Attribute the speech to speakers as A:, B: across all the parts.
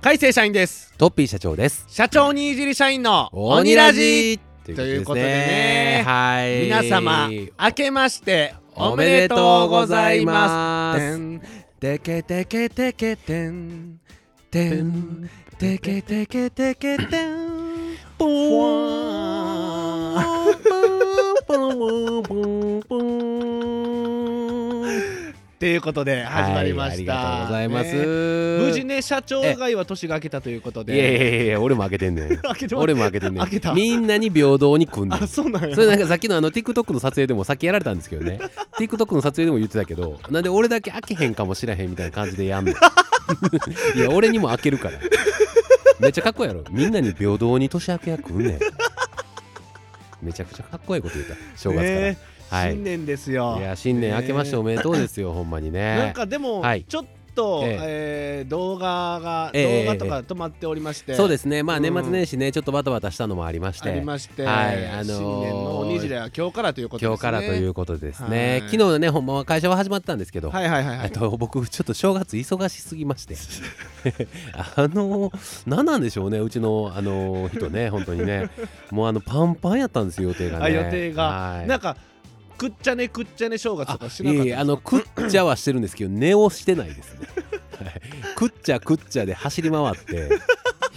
A: 海星社員です
B: トッピー社長です。
A: 社長にいじり社員の鬼ラジ
B: と
A: とい
B: いうう
A: こ
B: ことと
A: で
B: で
A: ね
B: ね。はい。
A: 皆様明けましておめでとうございますてんてけてけてけてんてんてけてけてけてん
B: ぽ
A: わっていうことで始まりました、
B: ありがとうございます。
A: ね無事
B: ね。
A: ね社長以外は年が明けたということ
B: いやい
A: で
B: やいやいや、俺も開けてんねん。
A: 明けてます
B: 俺も開けてん ね
A: 開けた
B: ん。みんなに平等に組んで
A: あ
B: ん。
A: そうなんや
B: それなんかさっきのあの TikTok の撮影でもさっきやられたんですけどね TikTok の撮影でも言ってたけどなんで俺だけ開けへんかもしれへんみたいな感じでやんの いや俺にも開けるからめっちゃかっこいいやろみんなに平等に年明けは来んねんめちゃくちゃかっこいいこと言った正月から、
A: ね
B: はい
A: 新年ですよ
B: いや新年明けましておめでとうですよ、ほんまにね
A: なんかでも、
B: はい
A: ちょっと、
B: え
A: え
B: え
A: ー動画が、
B: ええ
A: 動画とか止まっておりまして、
B: そうですすねまあ
A: うん
B: 年末年始ね、ちょっとバタバタしたのもありまし
A: あ
B: て
A: りまして、
B: はいあのー
A: 新年の鬼じらは今日からということですね
B: 今日からといううことでです
A: はい
B: ね昨日ねほんまは会社は始まったんですけど、
A: はいはいはいは
B: あ
A: い
B: と僕ちょっと正月忙しすぎまして あの何なんでしょうねうちのあの人ね本当にねもうあのパンパンやったんですよ予定が
A: あ
B: ね
A: 予定が
B: はい
A: なんかくっちゃねくっちゃね正月と
B: あ
A: かし
B: い
A: なかった
B: えいえあのくっちゃはしてるんですけど寝をしてないですねはいくっちゃくっちゃで走り回って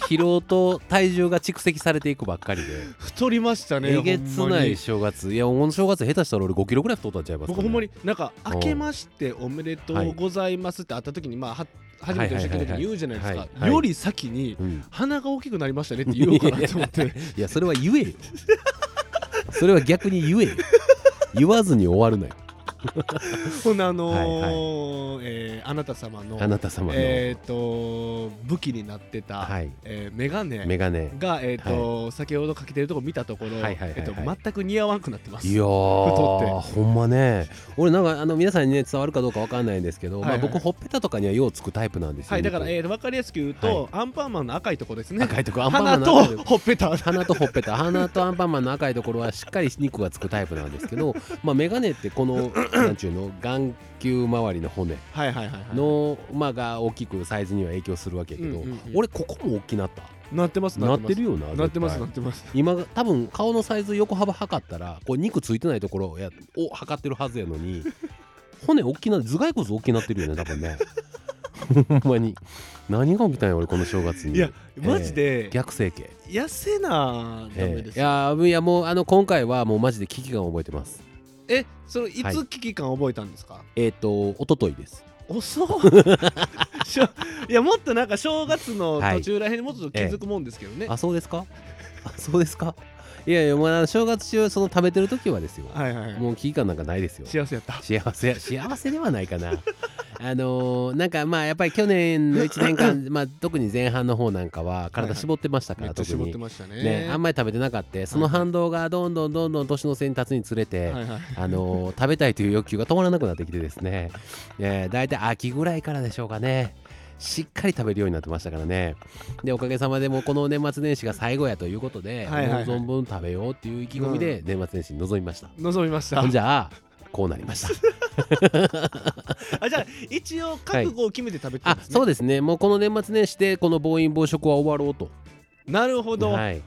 B: 疲労と体重が蓄積されていくばっかりで
A: 太りましたね
B: えげつ
A: ほんま
B: な
A: に
B: い正月いやこの正月下手したら俺5キロぐらい太ったんちゃいますか
A: 僕
B: ね
A: ほんまになんか「明けましておめでとうございます」って会った時にまあは初めての時に言うじゃないです
B: はいはいはい
A: か
B: はい
A: より先に
B: うん
A: 鼻が大きくなりましたねって言おうかなと思って
B: いやそれは言えよそれは逆に言えよ言わずに終わるなよ
A: ほんであのー
B: はい
A: えーあなた様の
B: あなた様の、
A: えー、と武器になってた、
B: はい
A: えーメガネ
B: メガネ
A: が、えーと先ほどかけてるとこ見たところ、
B: はいはいはいはい
A: えー、と全く似合わんくなってます。
B: いや
A: 太
B: ーほんまね俺なんかあの皆さんにね伝わるかどうかわかんないんですけど、
A: はいはい
B: まあ、僕ほっぺたとかにはようつくタイプなんですよ、
A: はい、だから、
B: 僕
A: えー、分かりやすく言うと、アンパンマンの赤いとこですね。
B: 赤いとこアンパンマ
A: 鼻
B: ンの赤い
A: と
B: とこ
A: ほっぺ た。
B: 鼻とほっぺた鼻とアンパンマンの赤いところはしっかり肉がつくタイプなんですけど、まあ、メガネって このなんちゅうの眼球周りの骨
A: はいはいはい、はい。
B: の、まあ、が大きくサイズには影響するわけやけ
A: う
B: ど、
A: んうんうん
B: 俺ここも大きなった
A: なってます
B: なってる
A: よ。
B: よな
A: なってます
B: 絶
A: なっ
B: 対
A: てます。
B: 今が多分顔のサイズ横幅測ったらこう肉ついてないところやを測ってるはずやのに骨大きな頭蓋骨大きなってるよね多分ね ほんまに何が起きたんや俺この正月に
A: いやマジで、
B: 逆整形、
A: 痩せなダメ
B: え
A: で
B: ー、
A: す
B: い
A: よ。
B: やーいやもうあの今回はもうマジで危機感を覚えてます
A: えそのい
B: はい
A: つ危機感覚えたん ですか、
B: えっ、と一昨日です
A: 遅っ しょいやもっとなんか正月の途中らへんにもっと気づくもんですけどね、
B: あそうですかあそうですか いやいやもうあの正月中その食べてる時はですよ、
A: はいはいはい
B: もう危機感なんかないですよ
A: 幸せやった
B: 幸せ幸せではないか なあのーなんかまあやっぱり去年の1年間 まあ特に前半の方なんかは体絞ってましたか
A: め
B: ら、
A: っちゃ
B: 特
A: 絞って
B: に
A: ましたね
B: ねあんまり食べてなかったその反動がどんどんどんどん年の瀬に経つにつれて、
A: はいはい
B: あのー食べたいという欲求が止まらなくなってきてですね、えー、大体秋ぐらいからでしょうかねしっかり食べるようになってましたからねでおかげさまでもうこの年末年始が最後やということで、
A: はいはいはい
B: もう存分食べようっていう意気込みで年末年始に臨みました、
A: 望みました
B: ほんじゃあこうなりました
A: あじゃあ一応覚悟を決めて食べてる
B: あ
A: んですね、
B: そうですねもうこの年末年始でこの暴飲暴食は終わろうと
A: なるほど、
B: はい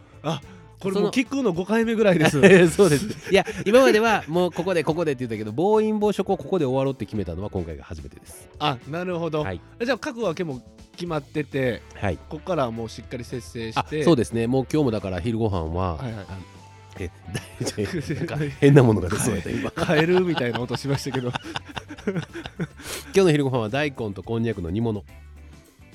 A: これ
B: そ
A: もう
B: の
A: 聞くの5回目ぐらいです
B: そうですいや今まではもうここでここでって言ったけど暴飲暴食をここで終わろうって決めたのは今回が初めてです
A: あなるほど、
B: はい
A: じゃあ覚悟は結構決まってて
B: はい
A: ここからはもうしっかり節制し
B: あ
A: て
B: そう
A: で
B: ですねもう今日もだから昼ご飯は、
A: はいはい
B: あえ大丈夫なんか変なものが出そうやった今
A: カエルみたいな音しました けど
B: 今日の昼ご飯は大根とこんにゃくの煮物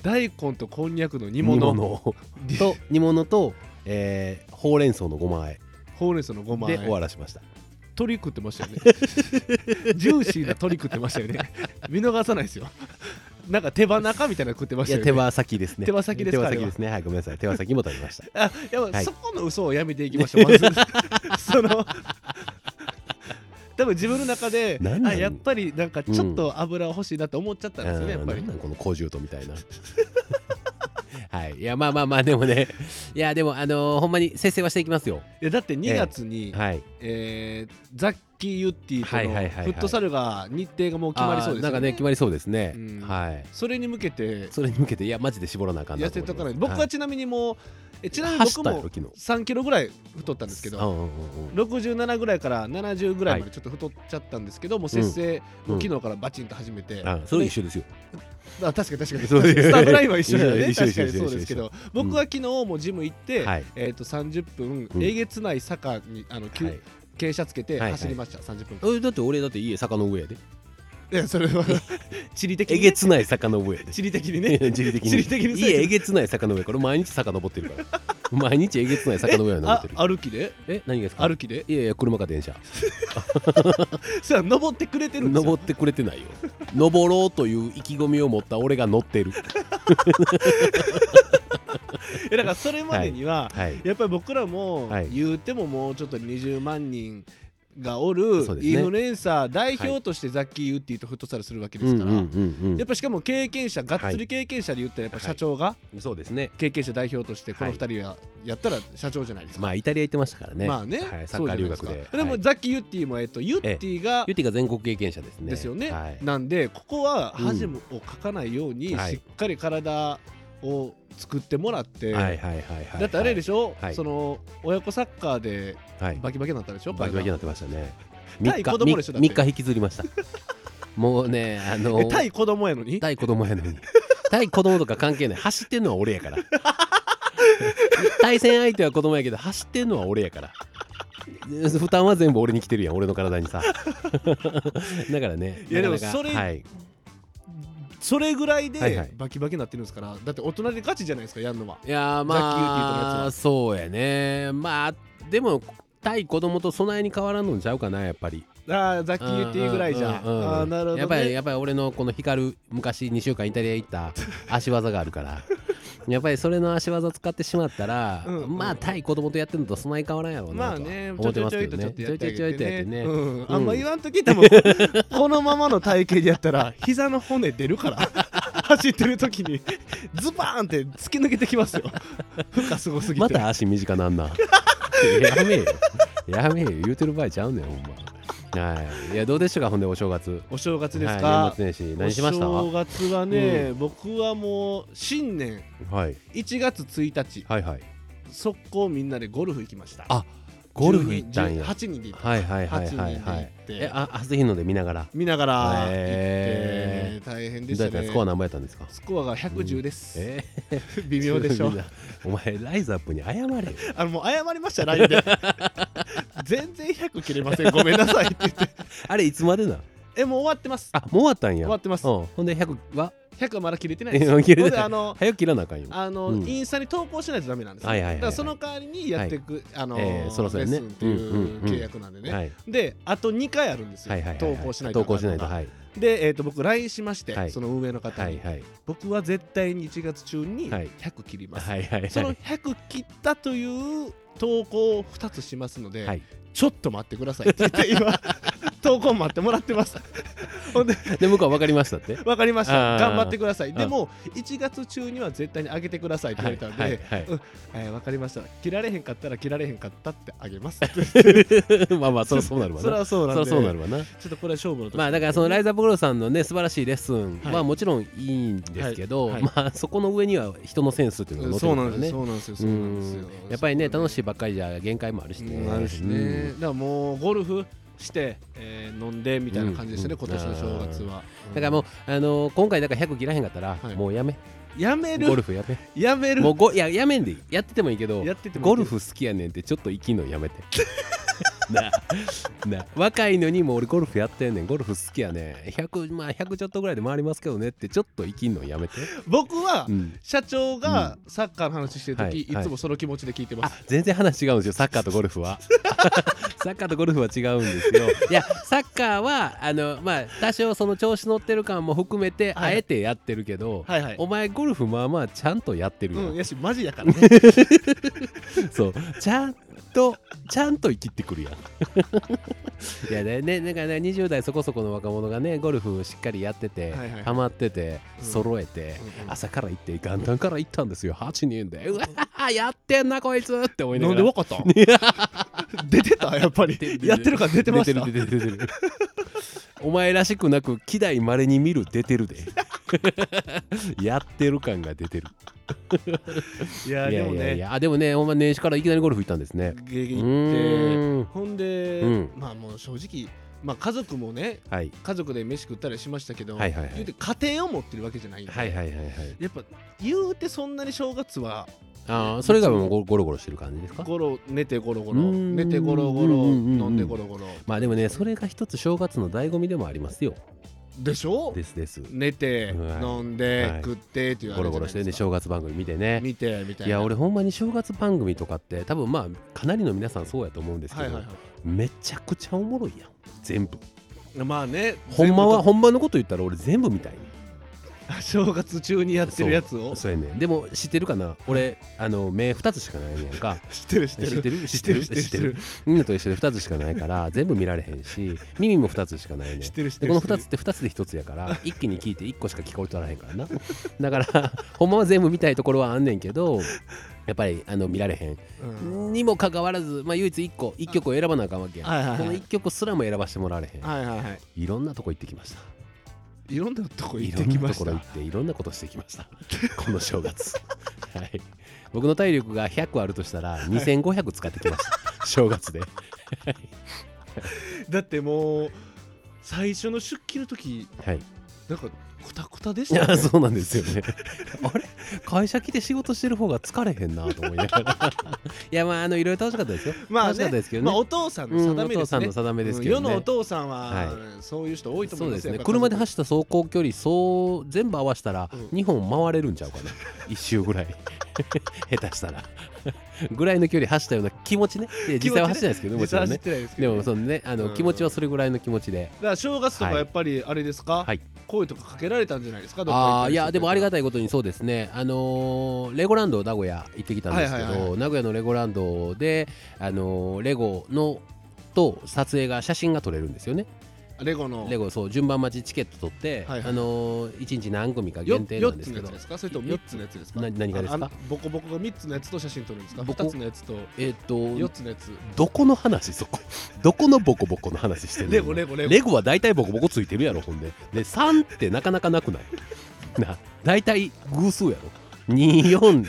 A: 大根とこんにゃくの煮
B: 煮
A: 物
B: 物と煮物と、えーほうれん草のごま和え
A: ほうれん草のごま
B: で
A: 和
B: 終
A: え
B: わらしました
A: 鳥食ってましたよね ジューシーな鶏食ってましたよね見逃さないですよなんか手羽中みたいなの食ってま
B: い
A: した
B: や
A: よね
B: 手羽先ですね
A: 手羽先ですか
B: 手羽先ですねはいごめんなさい手羽先も食べました
A: あやっぱ
B: はい
A: そこの嘘をやめていきましょ う、まずその多分自分の中で
B: 何な
A: あ
B: の
A: やっぱりなんかちょっと油欲しいなって思っちゃったんですよね、
B: うん
A: やっぱり
B: なんなんこの小獣とみたいなはい。いや、まあまあまあ、でもね、いや、でも、あのーほんまに節制はしていきますよ。
A: いやだって2月に、
B: はい。
A: えーザッキー・ユッティと
B: はいはいはいはい
A: のフットサルが日程がもう決まりそうです
B: あーなんかね、決まりそうですね。
A: うん
B: はい。
A: それに向けて
B: それに向けて、いや、マジで絞らなあかんな
A: 痩
B: と
A: せ
B: 思
A: と
B: います
A: かない僕はちなみにもう、えちなみに
B: い走
A: 僕
B: ったやろ
A: も
B: 昨日。
A: 3キロぐらい太ったんですけど
B: うんうんうんうん
A: 67ぐらいから70ぐらいまでちょっと太っちゃったんですけど、もう節制、
B: うん
A: 昨日からバチンと始めて、
B: あそれ一緒ですよ。
A: あ確かに確かに
B: そう
A: スタートラインは一緒だよ
B: いや
A: ね
B: 一緒
A: 確
B: 一
A: か
B: 緒
A: にそうですけど僕は昨日もジム行って、
B: はい。
A: えー、と30分、
B: うん
A: えげつない坂にあの、急
B: はい
A: 傾斜つけて
B: はいはい
A: 走りました、30分間
B: えだって俺だって家坂の上やで
A: いやそれは 地理的
B: え
A: に、
B: げ
A: ね、
B: つない坂の上やで
A: 地理的に ね
B: ね地理的に
A: 地理的にそうや
B: 家えげつない坂の上これ毎日坂登ってるから毎日えげつない坂の上を登っ
A: あ
B: てる
A: 歩きで
B: え何がですか
A: 歩きで
B: いやいや車か電車
A: さあ登ってくれてるんですよ
B: 登ってくれてないよ登ろうという意気込みを持った俺が乗ってる
A: えだからそれまでには、
B: はい
A: やっぱり僕らも、
B: はい
A: 言うてももうちょっと20万人がおる
B: そうですね
A: インフルエンサー代表としてザッキー・ユッティとフットサルするわけで
B: う
A: す
B: んうん
A: から、
B: うん
A: やっぱしかも経験者がっつり経験者で言ったらやっぱ社長が
B: うんそうですね
A: 経験者代表としてこの2人はやったら社長じゃないですか。
B: まあイタリア行ってましたからね
A: まあね、
B: はいサ
A: そ
B: ッ
A: う
B: カー
A: じゃない
B: 留学
A: すか
B: で
A: で
B: は
A: も
B: い
A: ザッキー・ユッティも、えっと、ユッティが、
B: ユティが全国経験者ですね
A: ですよね、
B: はい
A: なんでここは
B: うん
A: 恥をかかないように、
B: はい
A: しっかり体を作ってもらって、
B: はいはいはいはい
A: だってあれで
B: し
A: しょ、
B: はい
A: その親子サッカーで
B: ょはい
A: バキバキになったでしょ、
B: バキバキに
A: な
B: なってましたね。
A: 対子供でしょだって
B: 3日引きずりました。もうね、あの
A: え対子供やのに
B: 対子供やの に。対子供とか関係ない。走ってんのは俺や から。対戦相手は子供やけど、走ってんのは俺やから。負担は全部俺に来てるやん、俺の体にさ。 だからね。
A: いやでも
B: なかなか
A: それ
B: はい、
A: それぐらい
B: はいはい
A: でバキバキになってるんですからだって大人でガチじゃないですかやんのはい
B: やー
A: ザッキーユッティとのやつ
B: まあ
A: は
B: そうやねまあでも対子供と備えに変わらんのちゃうかなやっぱり
A: あーザッキー言っていいぐらいじゃん
B: うんうんうんうん
A: あーなるほど、ね、
B: やっぱりやっぱり俺のこの光る昔2週間イタリア 行った足技があるからやっぱりそれの足技使ってしまったら、
A: うんうん
B: まあ対子供とやってるのとそんなに変わらんやろう
A: ま
B: な
A: あ
B: とは
A: ね、ちょ
B: 思っ
A: いち
B: て
A: ょ
B: ま
A: いち
B: す
A: ょ
B: け
A: いとち
B: ど
A: ょっとや
B: ね
A: ってあげてね。
B: ね
A: うん
B: うん
A: あんま言わんとき、多 分このままの体型でやったら、膝の骨出る から、走ってる時に、ズバーンって突き抜けてきますよ。負荷すごすぎて。
B: また足短なん なやめえよやめえよ言うてる場合ちゃうねんほんまはいいやどうでしたかほんでお正月
A: お正月です
B: はい、
A: か
B: 年末年始何しました
A: お正
B: は
A: 月はね、僕はもう、新年、
B: い
A: 1月1日、
B: はいはい
A: 速攻みんなでゴルフ行きました。
B: あゴルフ行ったんや
A: 8人で行った。
B: はいはいはい
A: 8人
B: はい
A: で
B: は
A: 行っ
B: いえ
A: て、
B: あ初日ので見ながらど
A: 見ながら行って
B: へ、
A: 大変
B: うや
A: で
B: っ
A: したた
B: ん
A: ね
B: ス。コア何倍やったんですか
A: スコアが110です。
B: え
A: 微妙でし ょ
B: お前ライズアップに謝れよ
A: あのもう謝りました LINE で 全然100切れませんごめんなさいって言って
B: あれいつまでな
A: えもう終わってます
B: あもう終わったんや
A: 終わってます
B: うん、ほんで100は
A: 100はまだ切れてないです
B: え切れ
A: ほんで
B: てない
A: あの
B: 早く切らなあかんよ
A: あの、
B: うん
A: インスタに投稿しないとダメなんですよ
B: はいはいはいはい
A: だからその代わりにやっていく、あの
B: えーそろそろね
A: レッスンってい
B: んうん
A: う
B: う
A: うん契約なんでね、
B: はい
A: であと2回あるんですよ、
B: はいはいはい
A: 投稿しないと
B: 投稿しないと
A: あかんのが
B: はい
A: で、えー、と僕 LINE しまして、
B: はい
A: その運営の方
B: は
A: に、
B: いはい
A: 僕は絶対に1月中に
B: はい
A: 100切ります、
B: はいはいはい
A: その100切ったという投稿を2つしますので、
B: はい
A: ちょっと待ってくださいって言って 今投稿待ってもらって ますほんで
B: で向こうは分かりました って
A: 分かりました
B: あー
A: 頑張ってください
B: ん
A: でも1月中には絶対にあげてくださいって言われたんで、
B: はいはいは
A: えー分かりました切られへんかったら切られへんかったってあげます
B: い まあま あそりゃそうなるわ
A: それ
B: な
A: はそう
B: そ
A: なん
B: り
A: で
B: ゃそうなるわな
A: ちょっとこれは勝負の時
B: まあだからそのライザーボグロさんのね素晴らしいレッスン
A: は
B: はいもちろんいいんですけど、
A: はいはい
B: まあそこの上には人のセンスっていうのが載
A: そう
B: って
A: な
B: る
A: ん
B: から
A: で
B: ね
A: すそうなんですよそううなんですよ
B: んやっぱりね楽しい
A: い
B: ばっかりじゃ限界もあるしね、
A: なるしね、
B: うん
A: だからもうゴルフして、えー飲んでみたいな感じでしたね、
B: うん
A: 今年の正月は、
B: だからもう、あのー今回だから100切らへんかったら、
A: はい
B: もうやめ
A: うんやめ
B: ゴ
A: る
B: ルフやめ
A: やめる
B: もうごいややめんでいいやっててもいいけど
A: やっててもいい
B: ゴルフ好きやねんってちょっと生きんのやめて なあなあ若いのにもう俺ゴルフやってんねんゴルフ好きやねん100まあ100ちょっとぐらいで回りますけどねってちょっと生きんのやめて、
A: 僕は、
B: うん
A: 社長がサッカーの話してるとき、
B: はい
A: い
B: はい
A: つもその気持ちで聞いてま
B: あ
A: す。
B: 全然話違うんですよサッカーとゴルフは サッカーとゴルフは違うんですよいやサッカーはあのまあ多少その調子乗ってる感も含めて、
A: はい
B: あえてやってるけど、
A: はいはい。
B: お前ゴルフまあまあちゃんとやってるよ、
A: うん、やし、マジやからね。
B: そうちゃんとちゃんと生きてくるやん いやねねなんかね20代そこそこの若者がねゴルフしっかりやってて
A: はいはい
B: ハマってて
A: うん
B: 揃えて
A: うんうん
B: 朝から行って元旦から行ったんですよ8人でうわーやってんなこいつって 思いな
A: な
B: が
A: んで
B: ら
A: わかった 出てたやっぱり
B: 出てる出てる
A: やってるから出てました
B: 出てる出てる出てる お前らしくなく希代まれに見る出てるで やってる感が出てる
A: いや
B: い
A: で
B: や
A: も
B: いやい
A: ね
B: やあでもねほんま年始からいきなりゴルフ行ったんですね
A: ゲゲ
B: う
A: 行って
B: ーん
A: ほんで、
B: うん
A: まあもう正直まあ家族もね
B: はい
A: 家族で飯食ったりしましたけど、
B: はいはいはい
A: 言うて家庭を持ってるわけじゃないんで、
B: はいはいはいはい
A: やっぱ言うてそんなに正月は
B: あーそれがもうゴゴロゴロしてる感じですか
A: ゴロ寝てゴロゴ
B: う
A: ロ
B: ーん
A: 寝てゴロゴロ
B: うんうんうんうん
A: 飲んでゴロゴロ
B: まあでもねそれが一つ正月の醍醐味でもありますよ
A: でしょ
B: ですです
A: 寝て
B: はい
A: 飲んで
B: はい
A: 食ってっていうあ
B: ゴ
A: れ
B: ロ
A: じ
B: ゴ
A: ゃな
B: ロ
A: い
B: してね
A: ですか
B: 正月番組見てね
A: 見てみたい
B: い
A: な
B: や俺ほんまに正月番組とかって多分まあかなりの皆さんそうやと思うんです
A: は
B: け
A: い
B: ど
A: はいは
B: めちゃくちゃおもろいやん全部
A: いまあね
B: ほんまは
A: 全部
B: ほんまのこと言ったら俺全部みたいに
A: と正月中にやってるやつを
B: そうやねんでも知ってるかな俺あの目2つしかないねんか
A: 知ってる知って
B: 知っ
A: る
B: てる知ってる
A: 知ってる
B: 知ってるみんなと一緒で2つしかないから全部見られへんし耳も2つしかないねん
A: 知ってる知って
B: で
A: る
B: この2つって2つで1つやから一気に聞いて1個しか聞こえとらへんからなだからほんまは全部見たいところはあんねんけどやっぱりあの見られへん
A: うん
B: にもかかわらず、まあ、唯一1個1曲を選ばなあかんわけやん、
A: はいはいはい
B: この1曲すらも選ばしてもらわれへん、
A: はいはいはい
B: い、ろんなとこ行ってきました
A: いろんなとこ
B: い
A: 行っ
B: ろ
A: て
B: ん
A: き
B: な
A: ま
B: と
A: し
B: ころ
A: た
B: 行っていろんなことしてきましたこの正月はい僕の体力が100あるとしたら2500使ってきました正月で
A: だってもう最初の出勤の時
B: はい
A: なんかクタクタでし
B: い
A: た
B: や
A: ね
B: そうなんです よねあれ会社来て仕事してる方が疲れへんなと思いながら いやまああのいろいろ楽しかったですよ
A: まあ
B: 楽しか
A: ね
B: ったですけどね、
A: まあお父さんの
B: うん
A: 定め
B: お
A: で
B: 父
A: す
B: さん
A: ね
B: の定めです
A: うん
B: けど
A: 世
B: ね、
A: のお父さんは、
B: は
A: そういう人多いと思い
B: そ
A: うま
B: ですす
A: よ
B: ね車で
A: っ
B: 走った走行距離そう全部合わせたら
A: うん
B: 2本回れるんちゃ うかな1周ぐらい 下手したらぐらいの距離走ったような気持ちねいや
A: 気持ちね
B: 実際は走ってないですけどねもちろん
A: 走っ
B: ね
A: てないですけ
B: で
A: ど、
B: もそのねあ
A: う
B: の
A: ん
B: 気持ちはそれぐらいの気持ちで
A: だから正月とかやっぱりあれですか、
B: はい
A: 声とかかけられたんじゃないですか
B: あーいやでもありが
A: と
B: たいことにそうですねあのーレゴランド名古屋行ってきたんですけど、
A: はいはいはい
B: 名古屋のレゴランドであのーレゴのと撮影が写真が撮れるんですよね
A: うレゴの
B: レゴそう順番待ちチケット取って、
A: はいはい
B: あのー、1日何組か
A: よ
B: 限定な
A: 四
B: んで
A: つ
B: す
A: のやつ
B: けど
A: ですかそれとも三つのやつですか
B: な何がですか
A: あのボコボコが三つのやつと写真撮るんですか
B: ボ
A: 二
B: コ
A: つのやつと
B: えっ、
A: 四
B: と
A: つのやつ
B: どこの話そこどこのボコボコの話してるの
A: レゴレゴレゴ
B: レゴは大体ボコボコついてるやろほんでで3ってなかなかなくないな大体偶数やろ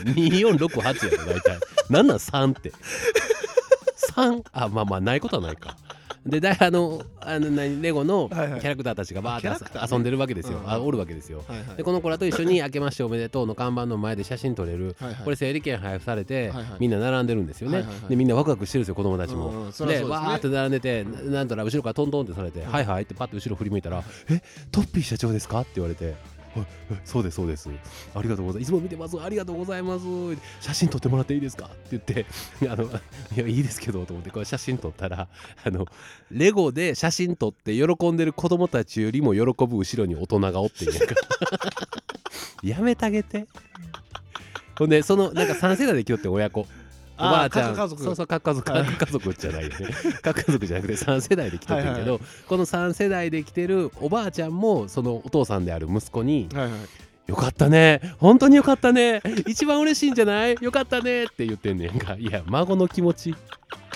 B: 242468やろ大体なんなん3って3あまあまあないことはないかでだいあのあの何レゴのキ
A: はいはい
B: ャラクターたちがバー
A: キャラ
B: っ
A: ク
B: て
A: ター
B: 遊
A: ね
B: 遊んでるわけですよ、
A: うん
B: あおるわけですよ
A: はいはい
B: でこの子らと一緒に「明けましておめでとう」の看板の前で写真撮れる、
A: はいはい
B: これ整理券配布されて、
A: はいはい
B: みんな並んでるんですよね、
A: はいはいはい
B: でみんなワクワクしてるんですよ子供たちも、
A: うんうんそ
B: で
A: りゃそうですね
B: わーって並んでてななんとら後ろからトントンってされて「はいはい」ってパッと後ろ振り向いたら「えトッピー社長ですか?」って言われて。はいえそうですそうですありがとうございますいつも見てますありがとうございます写真撮ってもらっていいですかって言って 「あのいやいいですけど」と思ってこれ写真撮ったらあのレゴで写真撮って喜んでる子供たちよりも喜ぶ後ろに大人がおってんやん かやめてあげてほんでそのなんか3世代で来よって親子おばあちゃん
A: ー家族
B: そうそう各家族各家族じゃない よね各家族じゃなくて3世代で来てるけど、
A: はいはいは
B: この3世代で来てるおばあちゃんもそのお父さんである息子に
A: はいはい
B: 「よかったね本当によかったね一番嬉しいんじゃないよかったね」って言ってんねんかいや孫の気持ち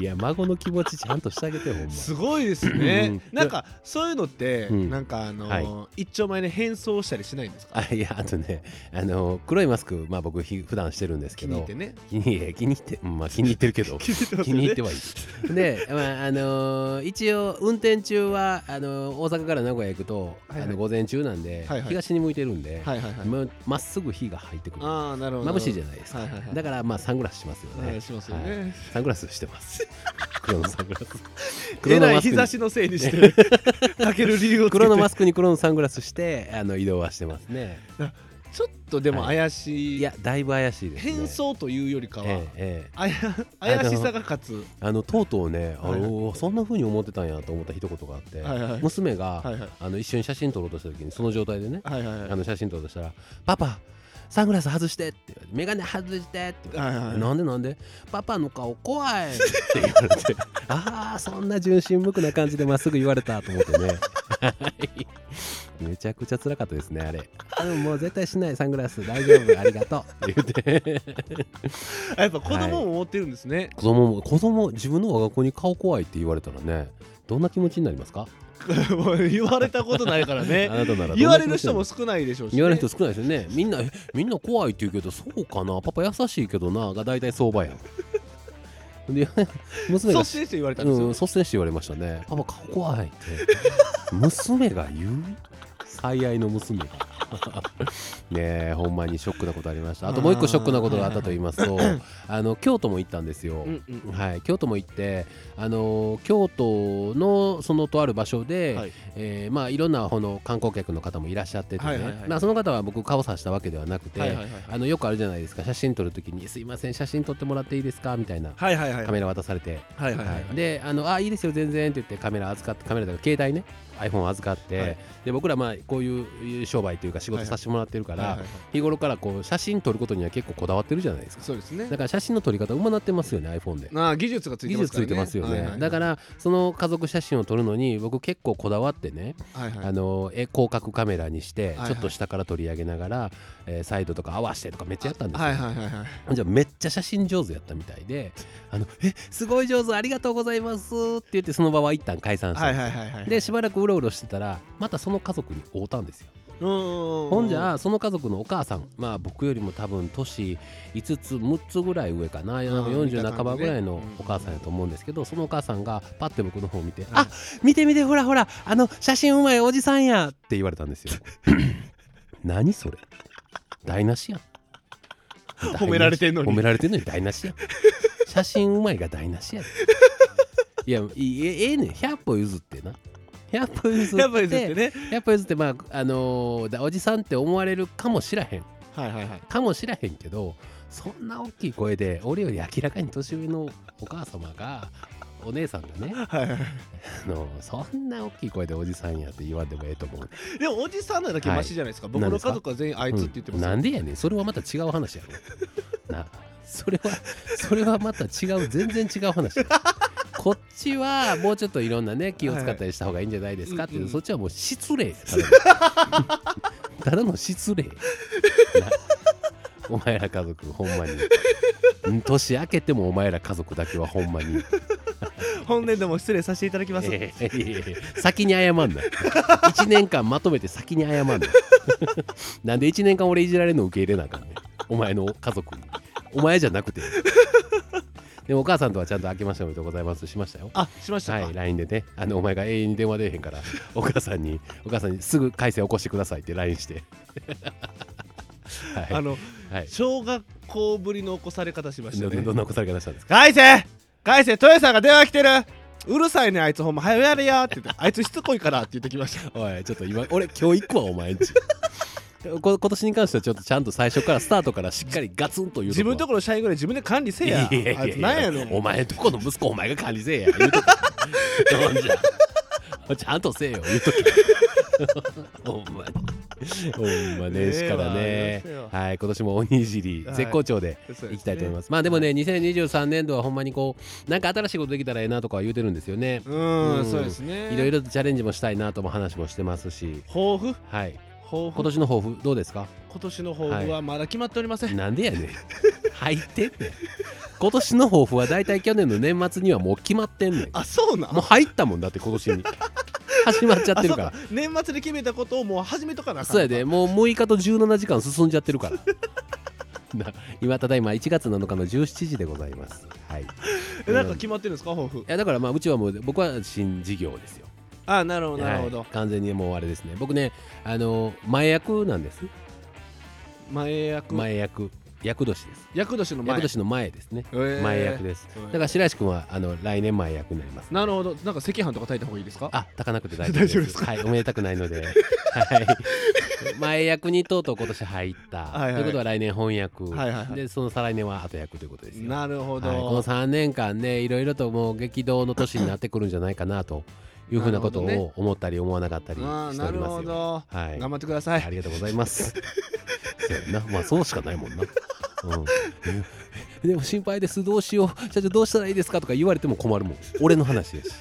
B: いや孫の気持ちちゃんとしてあげてほんます
A: ごいです
B: うんう
A: ね
B: ん。
A: なんかそういうのって、
B: うん
A: なんかあのー
B: はい
A: 一丁前に変装したりしないんですか。
B: あいやあとねあの黒いマスクまあ僕ひ普段してるんですけ
A: 気に入
B: ど
A: ってね。
B: 気にいや気に入ってうんまあ気に入ってるけど
A: 気に入ってます
B: 気
A: よね
B: に入ってはいい。で、まああのー一応運転中はあのー大阪から名古屋行くと、
A: はいはい
B: あの午前中なんで、
A: はいはい
B: 東に向いてるんで、
A: はいはいはい。
B: ままっすぐ火が入ってくる
A: ああなるほど。
B: 眩しいじゃ
A: ん。
B: ないですか、
A: はいはいはい
B: だからまあサングラスしますよね、
A: はいしますよね
B: はいサングラスしてます 黒のサングラス
A: え
B: 黒の
A: らい
B: マス
A: 日
B: ク
A: 差
B: に
A: しのせいにして かける理由をつけて
B: 黒のマスクに黒のサングラスしてあの移動はしてますね
A: ちょっとでも怪しい,、
B: いやだいぶ怪しいですね
A: 変装というよりかは、
B: ええええ
A: あや 怪しさが勝つ。
B: あのとうとうね、あ
A: はいはい
B: のそんな風に思ってたんやと思った一言があって、
A: はいはい
B: 娘が、
A: はいはい
B: あの一緒に写真撮ろうとした時にその状態でね、
A: はいはい
B: あ
A: はい。
B: の写真撮ろうとしたら「パパサングラス外して」って言われて「メガネ外して」って言われて
A: はいはい
B: なんでなんでパパの顔怖いって言われて ああそんな純真無垢な感じでまっすぐ言われたと思ってねはいめちゃくちゃ辛かったですねあれあでももう絶対しないサングラス大丈夫ありがとうって言って
A: あやっぱ子供も思ってるんですね、
B: 子供も子供自分の我が子に顔怖いって言われたらねどんな気持ちになりますか
A: もう言われたことないから
B: あ
A: ね
B: なたなら
A: 言われる人も
B: どんな気持ちになります
A: 少ないでしょうし、ね、
B: 言われる人少ないですよねみんなえみんな怖いって言うけどそうかなパパ優しいけどなが大体相場やんで 娘が
A: 率先して言われたんです
B: う
A: よ
B: ん、、率先して言われましたね。パパ顔怖いって。娘が言う最愛の娘が。 ねえ、ほんまにショックなことありました。あともう一個ショックなことがあったと言いますと、あの京都も行ったんですよ。
A: うんうん
B: はい、京都も行って、あの京都のそのとある場所で、
A: はい
B: いえーまあ、いろんなこの観光客の方もいらっしゃっててね、
A: はいはいはい
B: まあ、その方は僕顔さしたわけではなくて、
A: はいはいはい
B: あのよくあるじゃないですか写真撮るときに「すいません写真撮ってもらっていいですか?」みたいな
A: はいはいはい
B: カメラ渡されて、
A: はいはいはい
B: はいであのあいいですよ全然って言ってカメラ預かってカメラとか携帯ね iPhone 預かって、
A: はい
B: で僕らまあこういう商売というか仕事させてもらってるから、
A: はいはいはい
B: 日頃からこう写真撮ることには結構こだわってるじゃないですか
A: そうですね
B: だから写真の撮り方うまなってますよね iPhone で。
A: まあ技術がついて
B: 技
A: ますか
B: 術つ
A: らね
B: いてますよね、
A: はいはいはい
B: だからその家族写真を撮るのに僕結構こだわってね、
A: はいはい
B: あのえ広角カメラにして、
A: いはい
B: ちょっと下から撮り上げながら、えーサイドとか合わせてとかめっちゃやったんですよ、
A: はいはいはいはい
B: じゃあめっちゃ写真上手やったみたいで「あのえすごい上手ありがとうございます」って言ってその場は一旦解散して、
A: はいはいはいはい
B: でしばらくうろうろしてたらまたその家族に会うたんですよ
A: ほ
B: ほんじゃその家族のお母さんまあ僕よりも多分年5つ6つぐらい上かな
A: ー
B: 40半ばぐらいの
A: 見た感じね
B: お母さんやと思うんですけどそのお母さんがパッて僕の方を見て「
A: はい
B: あ見て見てほらほらあの写真うまいおじさんや」って言われた んですよ何それ台無しやん
A: 褒められてんのに
B: 褒められてんのに台無しやん写真うまいが台無しやでいやいいえええねん100歩譲ってな100歩譲って
A: やっぱりですってね
B: やっぱりずってまああのーだおじさんって思われるかもしらへん
A: はいはいはい
B: かもしらへんけどそんな大きい声で俺より明らかに年上のお母様がお姉さんがね
A: はいはいは
B: あのそんな大きい声でおじさんやって言わんでもええと思う
A: いでもおじさんなだけマシじゃないですか僕の
B: 何
A: 家
B: ですか
A: 族は全員あいつって言ってます
B: うん
A: よ
B: なんでやねんそれはまた違う話やろなそれはそれはまた違う全然違う話やこっちはもうちょっといろんなね気を使ったりした方がいいんじゃないですかってい
A: は
B: う、
A: いはい
B: そっちはもう失礼ただのただの失礼なお前ら家族ほんまにうん年明けてもお前ら家族だけはほんまに
A: 本年度も失礼させていただきます
B: ええいやいやいや 先に謝んな1年間まとめて先に謝 んななんで1年間俺いじられるの受け入れなあかんねんお前の家族にお前じゃなくてでもお母さんとはちゃんと「明けましておめでとうございます」しましたよ
A: あしました
B: は
A: か
B: い LINE でねあのお前が永遠に電話出えへんからお母さんにお母さんにすぐ改正起こしてくださいって LINE して はい
A: あの
B: はい
A: 小学校ぶりの起こされ方しました
B: どど
A: ね
B: んなお子され方したんですか
A: 返せ返せ豊さんが電話来てるうるさいねあいつほんま早やれやって言ってあいつしつこいからって言ってきました
B: おいちょっと今俺今日行くわお前んち こ今年に関してはちょっとちゃんと最初からスタートからしっかりガツンと言う
A: 自分と
B: こ
A: この社員ぐらい自分で管理せ
B: い
A: えや
B: やいやいや
A: あいつなんやねん
B: お前んとこの息子お前が管理せえや言うとけほんじ ゃちゃんとせえよ言うとけ ほんまにほんま年始から
A: ね
B: ね
A: えわ
B: はい今年もおにじり
A: はい
B: 絶好調で
A: そうですね
B: いきたいと思いますまあでもね2023年度はほんまにこうなんか新しいことできたらええなとかは言うてるんですよね
A: うー
B: うんん
A: そうですね
B: いろいろとチャレンジもしたいなとも話もしてますし
A: 抱負
B: はい
A: 抱負
B: 今年の抱負どうですか
A: 今年の抱負はまだ決まっておりません、
B: なんでやねん入ってんねん今年の抱負は大体去年の年末にはもう決まってんねん
A: あそうなん
B: もう入ったもんだって今年に始まっちゃってるか
A: あ
B: ら
A: そう年末で決めたことをもう始めとかなあかん
B: そうやでもう6日と17時間進んじゃってるからな今ただいま1月7日の17時でございますはいい
A: えなんか決まってるんですか抱負
B: やだからまあうちはもう僕は新事業ですよ
A: あなるほどなるほ
B: は
A: ど
B: い完全にもうあれですね僕ねあの前役なんです
A: 前役
B: 前役役年です
A: 役年の前
B: 役年の前ですね
A: えー
B: 前役です
A: えー
B: だから白石君はあの来年前役になります
A: なるほどなんか赤飯とか炊いた方がいいですか
B: あ、炊かなくて大丈夫です。
A: 大丈夫ですか
B: はい、おめでたくない ので。はい。前役にとうとう今年入った。
A: はいはい
B: ということは来年翻訳。
A: はいはいはい
B: で、その再来年は後役ということですよ。
A: なるほど、
B: はい、この3年間ね、いろいろともう激動の年になってくるんじゃないかなというふうなこと
A: なるほ
B: を思ったり思わなかったり
A: あー
B: してお
A: な
B: り
A: る
B: ま
A: ほ
B: すよ。
A: ど、
B: はい、
A: 頑張ってくださ
B: あ
A: い
B: りがとうございます。そうやんなまあそうしかないもんな。うんえ、でも心配ですどうしよう社長どうしたらいいですかとか言われても困るもん俺の話ですし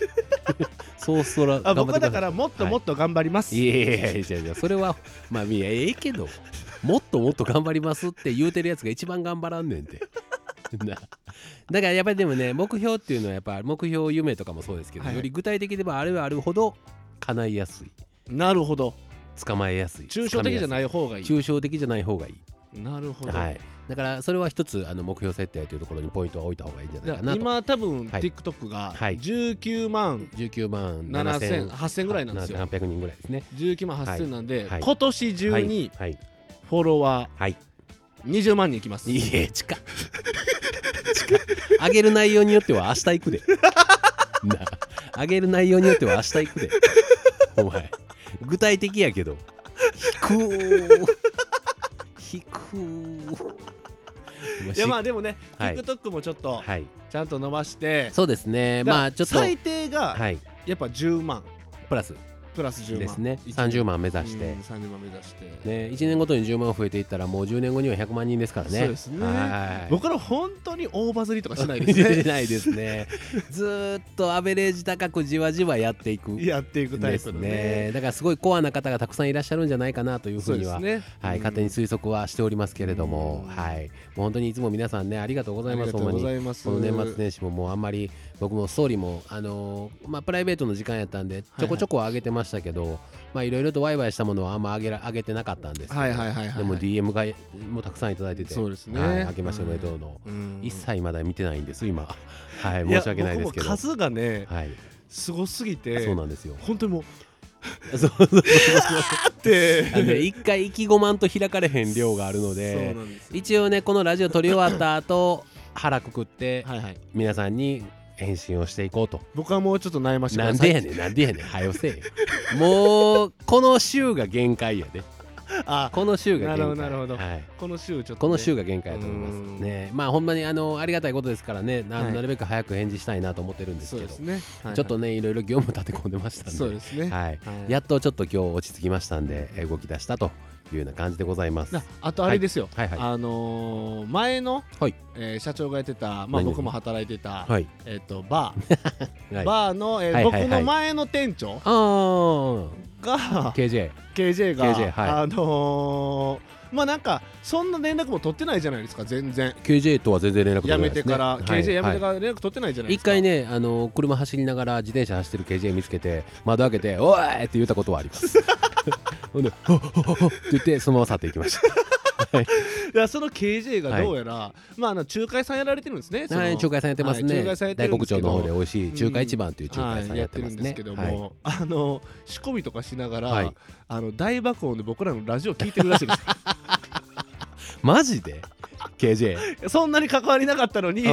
B: そうそら
A: あ
B: 頑張
A: 僕は
B: ってくだ
A: だ
B: さ
A: か
B: い
A: らもっともっと頑張ります、
B: いやいやいやいやそれはまあいやええけどもっともっと頑張りますって言うてるやつが一番頑張らんねんて。なだからやっぱりでもね目標っていうのはやっぱ目標夢とかもそうですけど、
A: はい
B: より具体的ではあればあるほど叶いやすい
A: なるほど
B: 捕まえやすい
A: 抽象的じゃ
B: い
A: ない方がいい
B: 抽象的じゃない方がいい、
A: なるほど、
B: はい、だからそれは一つあの目標設定というところにポイントは置いた方がいいんじゃないかなと
A: 今多分
B: はい
A: TikTok が
B: はい
A: 19万
B: 19万
A: 7000 8000ぐらいなんですよ
B: 800人ぐらいですね
A: 19万8000なんで、
B: はい
A: 今年中に
B: はいはい
A: フォロワ
B: はい
A: ー20万人いきます、
B: いいえ、近っ。近っ。あげる内容によっては明 日行くで。なあ、あげる内容によっては明日行くで。お前、具体的やけど。引くー。引くー。
A: いやまあでもね、
B: はい
A: TikTok もちょっと
B: はい。
A: ちゃんと伸ばして、
B: そうですね。
A: だから
B: まあ、ちょっと。
A: 最低が
B: はい。
A: やっぱ10万
B: プラス
A: プラス10万
B: ですね。
A: 一
B: 30万目指し
A: う
B: て
A: ん。30万目指して、
B: ね、1年ごとに10万増えていったらもう10年後には100万人ですからね。
A: そうですね
B: はい
A: 僕ら本当に大バズりとかしないで
B: 見
A: す
B: れ
A: ね
B: ないですね。ずーっとアベレージ高くじわじわやっていく。
A: やっていくタ
B: で
A: イプ
B: す
A: のね
B: ね。だからすごいコアな方がたくさんいらっしゃるんじゃないかなというふ
A: そうう
B: に
A: です
B: は。
A: ね
B: はい、勝手に推測はしておりますけれども、
A: うん
B: はい、もう本当にいつも皆さんね、ありがとうござ
A: あ
B: い
A: り
B: ま
A: が
B: す、
A: と
B: ほ
A: うんご
B: まに
A: ざ。います
B: この年末年始ももうあんまり僕もストーリーも、あのーまあ、プライベートの時間やったんでちょこちょこは上げてましたけど、まあいろいろとワイワイしたものはあんま上げら上げてなかったんですけど、
A: はいはいはいはい
B: でも DM がもうたくさんいただいてて
A: そうですね
B: はい、明けましておめでとうの、
A: うん
B: 一切まだ見てないんで す今はい申し訳ないですけ
A: や僕も
B: ど
A: 数がね
B: はい、
A: すごすぎて
B: そうなんで すよ
A: 本当にもう
B: そうそうそう
A: あって
B: あのね一回意気込まんと開かれへん量があるの
A: そう
B: で
A: なんですよ
B: 一応ねこのラジオ撮り終わった後腹くくって
A: はいはい
B: 皆さんに返信をしていこうと
A: 僕はもうちょっと悩ましてく
B: な
A: だ
B: ん
A: さい
B: でやねんなんでやねん早よせえよもうこの週が限界やで
A: あ
B: この週が限界
A: なるほどなるほど
B: はい
A: この週ちょっとね
B: この週が限界だと思いま
A: うん
B: すねまあほんまにあのありがたいことですからねな,、
A: はい
B: なるべく早く返事したいなと思ってるんです
A: そ
B: け
A: う
B: ど
A: ですね
B: ちょっとねいろいろ業務立て込んでましたんで
A: そうですね
B: はい
A: はい
B: やっとちょっと今日落ち着きましたんでえ動き出したというような感じでございます
A: なあとあれですよ
B: はいはい
A: あのー前の
B: はい
A: えー社長がやってたまあ
B: 何
A: 僕も働いてた
B: はい
A: えっとバ
B: は
A: ー
B: い
A: バーのえ
B: は
A: ー
B: いはい
A: 僕
B: はい
A: の前の店長
B: あー
A: が
B: KJ
A: KJ が
B: KJ はい
A: あのーまあなんかそんな連絡も取ってないじゃないですか全然
B: KJ とは全然連絡取
A: や
B: れな
A: め
B: いで
A: て
B: すね
A: から
B: はい
A: KJ やめ
B: は
A: て
B: い
A: から連絡取ってないじゃないで
B: 一
A: すか
B: 回ね、あの車走りながら自転車走ってる KJ 見つけて窓開けて「おい!」って言ったことはあります ほんで「ほっほっほっほっ」って言ってそのまま去ってい きまし
A: いやその KJ がどうやら、まああの仲介さんやられてるんですね。
B: た、はい、仲介さんやってま
A: は
B: す
A: い
B: ね、
A: 仲介さんやって
B: 大
A: るんで
B: 黒
A: すけ
B: 町
A: ど
B: の方で美味しい中華一番という仲
A: は
B: 介
A: い
B: さんやってます
A: やっ
B: ね
A: てるんですけど
B: はい
A: も、あの仕込みとかしながら、
B: はい
A: あの大爆音で僕らのラジオ聞いてるらしいです
B: マジで KJ
A: そんなに関わりなかったのに、
B: な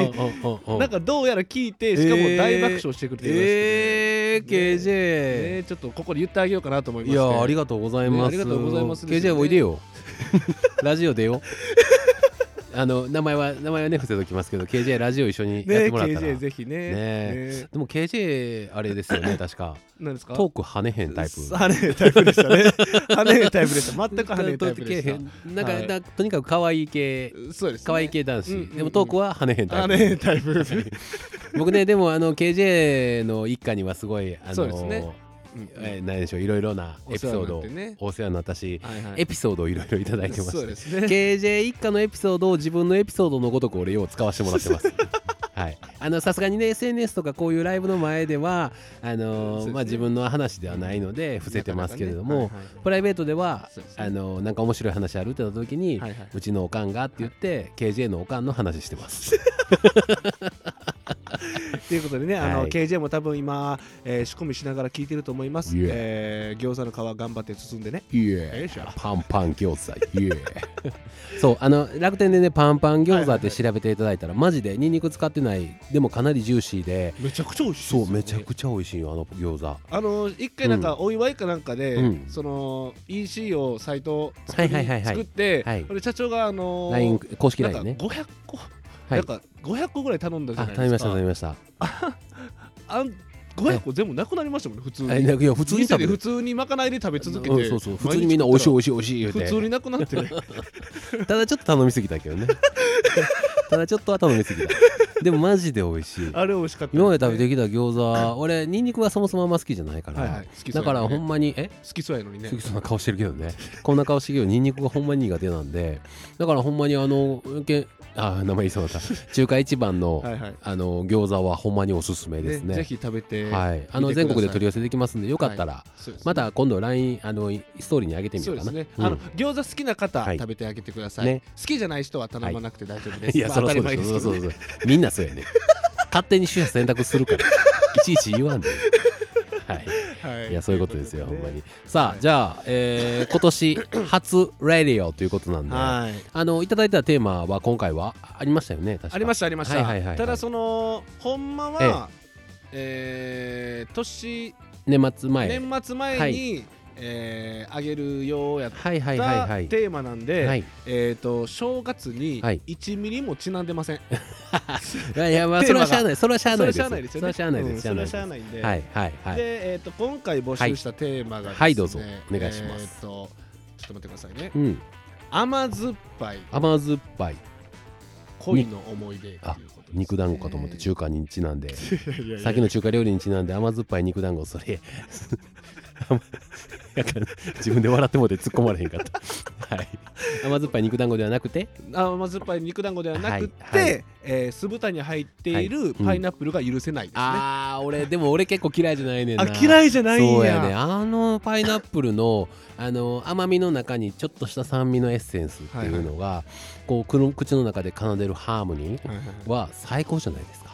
A: なんかどうやら聞いてしかも大爆笑してくれてるらしくて、
B: えー、KJ、
A: ねちょっとここで言ってあげようかなと思いま
B: い
A: して
B: やーありがとうございます、
A: ねありがとうございますです
B: KJ
A: よね
B: おいでよラジオ出よ うあの名前は名前はね伏せときますけど KJ ラジオ一緒にやって
A: ね
B: もらったら、
A: KJ ぜひね
B: ねえでも KJ あれですよね確か
A: なんですか
B: トーク跳ねへんタイプ
A: 跳ねるタイプでした ね跳ねるタイプでした全く跳ねるタイプでした
B: たなんか、
A: はい
B: なとにかく可愛い系
A: そうですね
B: 可愛い系男子、
A: うんうんうん
B: でもトークは跳ねへんタ
A: 跳
B: イプ
A: ねるタ イプ
B: 僕ねでもあの KJ の一家にはすごいあの
A: そうですねうん
B: えー何でしょういろいろなエピソード
A: お世話になってね
B: お世話になったし、
A: はいはい
B: エピソードをいろいろいただいてまし
A: そう
B: て
A: です ね
B: KJ 一家のエピソードを自分のエピソードのごとく俺よう使わせてもらっ てます。はい、あのさすがにね SNS とかこういうライブの前ではあ
A: そうで
B: の
A: す
B: ー
A: ね
B: まあ、自分の話ではないので伏せてますけれども、
A: なかなかね
B: プライベートでは
A: そうですね
B: あのーなんか面白い話あるってなった時に、
A: はいはいう
B: ちのおかんがって言って、KJ のおかんの話してます。
A: ということでね、あ
B: は
A: の
B: い
A: KJ も多分今、えー仕込みしながら聞いてると思います。
B: Yeah
A: えー餃子の皮頑張って包んでね。
B: イ
A: よ
B: エ
A: いしょ
B: ー パンパン餃子イエーそうあの楽天でねパンパン餃子って調べていただいたら、マジでニンニク使ってないでもかなりジューシーで
A: めちゃくちゃ美味しい
B: そうめちゃくちゃ美味しいよあの餃子
A: あの一回なんかお祝いかなんかで、
B: うん
A: その EC をサイトを作り
B: はいはいはいはい
A: 作って、
B: はい
A: これ社長があのー
B: LINE 公式
A: なんか
B: LINE ね
A: 500個、
B: はい
A: なんか500個ぐらい頼んだじゃ
B: あ
A: ない
B: 頼み
A: で
B: ますした
A: か
B: 頼。みました
A: あん500個全部なくなりましたもんね普通
B: あい
A: に
B: やいや普通に
A: 店
B: 食
A: で
B: べ
A: 普
B: る
A: 通にまかないで食べ続け
B: う
A: て
B: んそうそう普通にみんなおいしいおいしいおいしい言う
A: 普通
B: て
A: になくなってね
B: ただちょっと頼みすぎたけどねただちょっとは頼みすぎたでもマジで美味しい
A: あれ美味しかった
B: 今まで食べてきた餃子俺ニンニクがそもそもあんま好きじゃないから、
A: はいはい好きそうやね
B: だからほんまにえ
A: 好きそうやのにね
B: 好きそうな顔してるけどねこんな顔してるけどニンニクがほんまに苦手なんでだからほんまにあのけあ名前言いそうだった中華一番の、
A: はいはい
B: あの餃子はほんまにおすすめですね
A: ぜひ食べて
B: はい、あの
A: 見てください
B: 全国で取り寄せできますんでよかったら、
A: そうですね
B: また今度 LINE あのストーリーに上げてみ
A: そう
B: よう
A: で
B: か
A: す
B: な
A: ね、
B: うん
A: あの餃子好きな方、
B: はい
A: 食べてあげてください、
B: ね
A: 好きじゃない人は頼まなくて大丈夫です、
B: いや、
A: まあ
B: そり
A: 当た
B: ゃそ
A: り
B: う
A: 前
B: で
A: ですす
B: よ。
A: けど
B: そ
A: ね
B: うそうそう。みんなそうやね。勝手に取捨選択する から。いちいち言わんで。はい。
A: はい
B: や、そういうことですよ、ほんまに。さ
A: は
B: あ、
A: い
B: じゃあ、えー今年初ラディオということなんで、あ
A: はい
B: の、いただいたテーマは今回はありましたよね、確か
A: ありましたありました、
B: はいはいはいはい
A: ただそのほんまは、えー年
B: 年末前。
A: 年末前に、
B: は
A: えーあげるようやっ
B: はいは
A: た
B: いはいはい。
A: テーマなんで、
B: はい、
A: えっ、と正月に
B: はい
A: 1ミリもちなんでません、
B: いやいやまあ
A: テ
B: そ
A: ー
B: れ
A: マが
B: はしゃあないそれはしゃあ
A: そ
B: な
A: れ
B: い
A: は
B: で
A: し
B: す
A: ゃあないですよね
B: それはしゃあないで
A: うん
B: すし
A: それ
B: ゃあな
A: はいしゃあないんで、
B: ですはいはいはい
A: で、えー、と今回募集したテーマがですね、
B: はいどうぞお願いします
A: えーとちょっと待ってくださいね
B: うん
A: 甘酸っぱい
B: 甘酸っぱい
A: 恋の思い出ということ
B: あ
A: です、ね、
B: 肉団子かと思って中華にちなんで
A: 華いやいやいや
B: さっきの中華料理にちなんで甘酸っぱい肉団子それ やから自分で笑ってもうて突っ込まれへんか った、はい、甘酸っぱい肉団子ではなくて
A: 甘酸っぱい肉団子ではなくて、
B: はいはい
A: えー酢豚に入ってい
B: はい
A: る
B: うん
A: パイナップルが許せないですね、
B: あー俺でも俺結構嫌いじゃないねんな
A: 嫌いじゃないんや
B: そうやねあのパイナップルのあの甘みの中にちょっとした酸味のエッセンスっていうのが、こうくる口の中で奏でるハーモニー
A: はいはい
B: は最高じゃないですか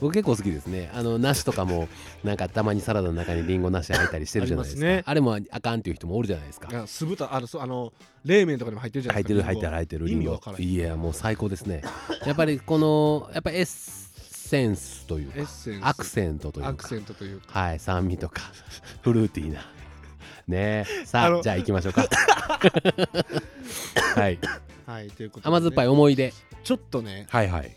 B: 僕結構好きですねあの梨と かもなんかたまにサラダの中にリンゴ梨入ったりしてるじゃないですか
A: あ
B: あ
A: りますね
B: れもあかんっていう人もおるじゃないです か
A: いや酢豚あのそうあの冷麺とかにも入ってるじゃな
B: 入
A: い
B: っ
A: で
B: て
A: す
B: る
A: か
B: 入ってる入ってる
A: リ
B: リ
A: ン
B: ン
A: ゴ
B: ゴ
A: わからへん
B: いやもう最高ですね やっぱりこのやっぱエッセンスという
A: エッ
B: か
A: センス
B: アクセントとい
A: ア
B: う
A: ク
B: か
A: セントというか
B: はい酸味 とかフルーティーなねえさ
A: あ
B: あ
A: の
B: じゃあ行きまし ょうかはい
A: はいということでね、
B: 甘酸っぱい思い出
A: ちょっとね
B: はいはい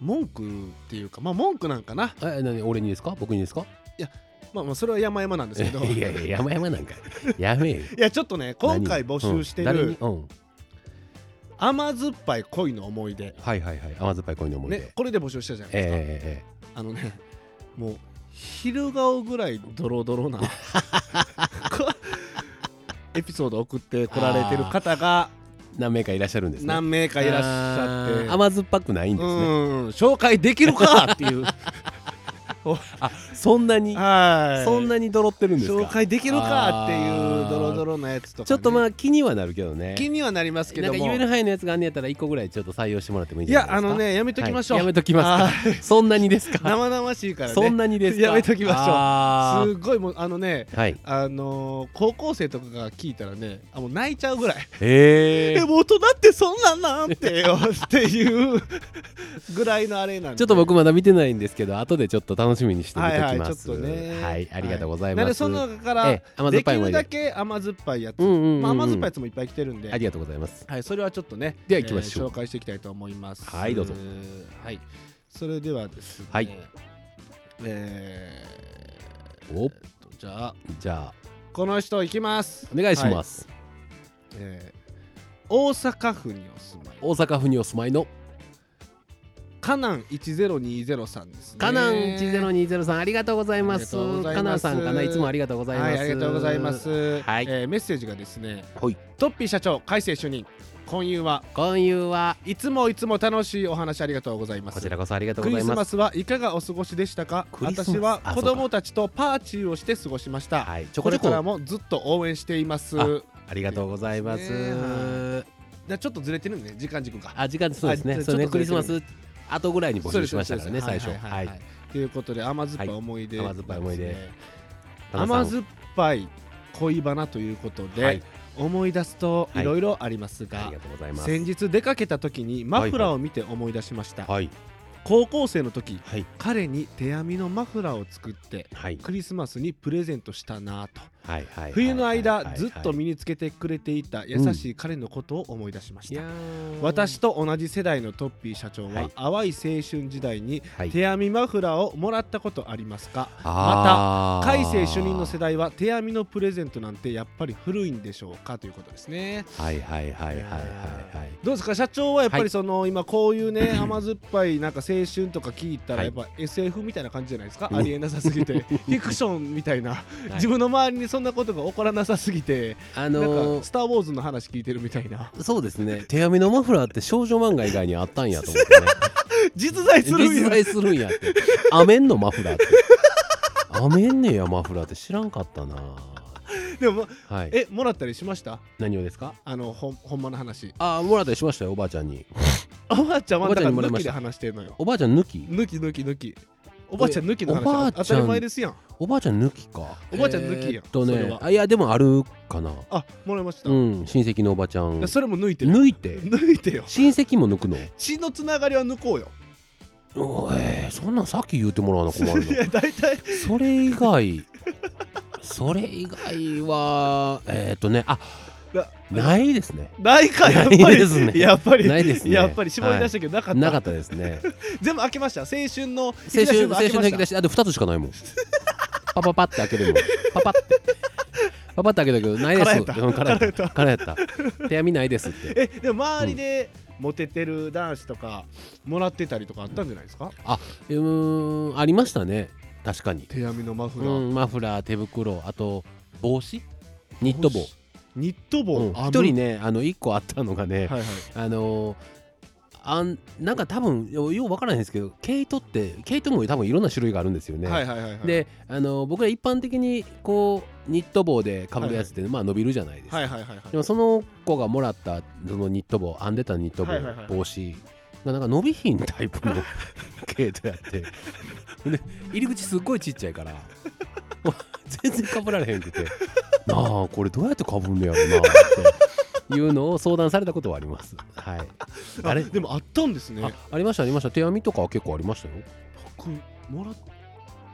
A: 文句っていうかまあ文句なんかな
B: え何俺にですか僕にですか
A: まあまあそれは山々なんですけど
B: いやいや山々なんかやめよ
A: いやちょっとね 今回募集して
B: 何うん
A: る
B: 誰にうん
A: 甘酸っぱい恋の思い出
B: はいはいはい甘酸っぱい恋の思い出、
A: ねこれで募集したじゃないですか、
B: え
A: あのねもう昼顔ぐらいドロドロ なこエピソード送ってこられてる方が
B: えええ何名かいらっしゃるんですね
A: 何名かいらっしゃって
B: あー甘酸っぱくないんです
A: う
B: ね
A: ん紹介できるかっていう
B: あそんなに
A: はい
B: そんなにドロってるんですか
A: 紹介できるかっていう
B: あー
A: ドロドロなやつとか、ね、
B: ちょっとまあ気にはなるけどね
A: 気にはなりますけ
B: な
A: ど
B: んか
A: も
B: 言える範囲のやつがあんねやったら1個ぐらいちょっと採用してもらってもいいん
A: い
B: じゃ
A: や
B: ない
A: あ
B: ですか
A: のねやめときましょう、
B: はいやめときます
A: はい
B: かそんなにですか
A: 生々しいからね
B: そんなにですか
A: やめときましょう
B: あ
A: す
B: ー
A: っごいもうあのね
B: はい
A: あのー高校生とかが聞いたらねあもう泣いちゃうぐらい
B: え
A: え
B: え
A: もう大人ってそんなんなん てよっていうぐらいのあれなんで
B: ちょっと僕まだ見てないんですけど後でちょっと楽しみにしてみ
A: は
B: てお
A: い
B: き
A: はい
B: ま
A: ち
B: す
A: ょっとね
B: はいありがとうござい
A: なん
B: ま
A: ですその中か
B: え
A: ら
B: え甘酸
A: で
B: っぱ
A: き
B: い思
A: る
B: い
A: だ
B: 出
A: け甘酸っぱいやつ、
B: うんうんうんうん
A: まあ、甘酸っぱいやつもいっぱい来てるんで
B: ありがとうございます
A: はい、それはちょっとね
B: では行きましょう
A: えー紹介していきたいと思います
B: はいどうぞ
A: はいそれではですね
B: はい
A: え
B: お
A: ー、とじゃあ
B: じゃあ
A: この人いきます
B: お願いし
A: は
B: ます、
A: えー大阪府にお住まい
B: 大阪府にお住まいの
A: カナン10203さんですね
B: カナン1020さんありがとうございま
A: あ
B: す
A: りがとうございます
B: カナンさんかないつもありがとうございます、
A: はい、ありがとうございます、
B: はい
A: えーメッセージがですね
B: はい
A: トッピー社長改正主任今夕は
B: 今夕はい
A: つもいつも楽しいお話ありがとうございます
B: こちらこそありがとう
A: ク
B: ござ
A: リ
B: い
A: ス
B: ま
A: マ
B: す
A: スはいかがお過ごしでしたか
B: クリスマス
A: 私は
B: あ
A: 子供たちとパーチーをして過ごしました、
B: はいチョ
A: こ
B: コレ
A: れ
B: ート
A: からもずっと応援しています
B: あありがとうござい
A: い
B: ま
A: い
B: す
A: ですねはでちょっとずれてるんでね時間軸が
B: あ時間そうです
A: あ
B: ね
A: ちょ
B: そうね
A: ちょっと
B: ク
A: ずれ
B: リ
A: て
B: ス
A: る
B: マス後ぐらいに募集しましたからね
A: そう
B: 最
A: ですそ
B: 初
A: うですは
B: はいい
A: はいはいということで甘酸っぱい思い出、
B: はい甘酸っぱい思い出
A: ですね
B: カナンさん
A: 甘酸っぱい恋バナということで、
B: はい
A: 思い出すといろいろありますが、
B: ありがとうございます
A: 先日出かけた時にマフラーを見て思い出しました、
B: はい
A: 高校生の時
B: はい
A: 彼に手編みのマフラーを作って
B: はい
A: クリスマスにプレゼントしたなぁと
B: はいはいはいはいはい
A: 冬の間ずっと身につけてくれていた優しい彼のことを思い出しまし
B: い
A: た、
B: やー
A: 私と同じ世代のトッピー社長は、
B: はい
A: 淡い青春時代に
B: はい
A: 手編みマフラーをもらったことありますかま
B: あ
A: た改
B: ー
A: 正主任の世代は手編みのプレゼントなんてやっぱり古いんでしょうかということですね
B: はいはいはいはいはいはい
A: どうですか社長はやっぱ
B: は
A: り
B: い
A: その、今こういう ね甘酸っぱいなんか青春とか聞いたら
B: はい
A: やっぱ SF みたいな感じじゃないですか、
B: うん
A: ありえなさすぎ てフィクションみたいな、
B: い
A: 自分の周りにそんなことが起こらなさすぎて、
B: あ
A: なん
B: の
A: か「スター・ウォーズ」の話聞いてるみたい な
B: ーそうですね手編みのマフラーって少女漫画以外にあったんやと思ってね
A: 実在 するん
B: 実
A: や
B: 在するんやって編めんのマフラーって編めんねやマフラーって知らんかったな
A: でも
B: はい
A: えもらったりしました
B: 何をですか
A: あのほんほんまの話
B: ああもらったりしましたよおばあちゃんに
A: おばあちゃんはだから
B: おばあちゃんにもらい
A: 抜
B: ま
A: き
B: し
A: で
B: た
A: 話してんのよ
B: おばあちゃん抜き
A: 抜き抜き抜きおばあちゃん抜きの
B: おば
A: 話
B: あち
A: 当た
B: ゃん
A: り前ですやん
B: おばあちゃん抜きか
A: おばあちゃん抜きやん
B: えーっと
A: それ
B: ね
A: は
B: あいやでもあるかな
A: あもらいました、
B: う
A: い
B: ん親戚のおばちゃん
A: やそれも抜いてる
B: 抜いて
A: 抜いてよ
B: 親戚も抜くの
A: 血のつながりは抜こうよ
B: おいそんなんさっき言うてもらわな困る
A: い
B: の
A: や大体
B: それ以外それ以外はえーっとねあ
A: な
B: ないですね
A: ないかやっぱ
B: ない
A: り
B: ですね
A: やっぱり
B: ないですね
A: やっぱり絞り出したけどなかった,、
B: なかったですね
A: 全部開けました青春の
B: 青春青春の
A: 引
B: 引
A: き
B: き
A: 出
B: 出
A: し
B: しあと2つしかないもんパパパって開けるもんパパってパパって開けたけどないです
A: 空やった
B: うん空や
A: 空や
B: った空やった手編みないです って
A: えでも周りでモテてる男子とかもらってたりとかあったんじゃないですか、
B: うーんありましたね確かに
A: 手編みのマフ
B: う
A: ラー、
B: んマフラー手袋あと帽子ニット帽
A: ニット帽、
B: うん
A: あ
B: 一人ねあの1個あったのがね
A: はいはい
B: あのーあんなんか多分よよう分からないんですけど毛糸って毛糸も多分いろんな種類があるんですよね、
A: はいはいはいはい
B: であのー僕ら一般的にこうニット帽でかぶるやつって、まあ伸びるじゃないですか、
A: はいはいはいはい
B: でもその子がもらったそのニット帽編んでたニット帽、
A: はいはいはい
B: 帽子がなんか伸びひんタ イプの毛糸やってで入り口すっごいちっちゃいからもう全然かぶられへんくてなあこれどうやってかぶんねやろなっていうのを相談されたことはありますはい
A: あ
B: あれ
A: でもあったんですね
B: あありましたありました手編みとかは結構ありましたよ
A: 僕もらっ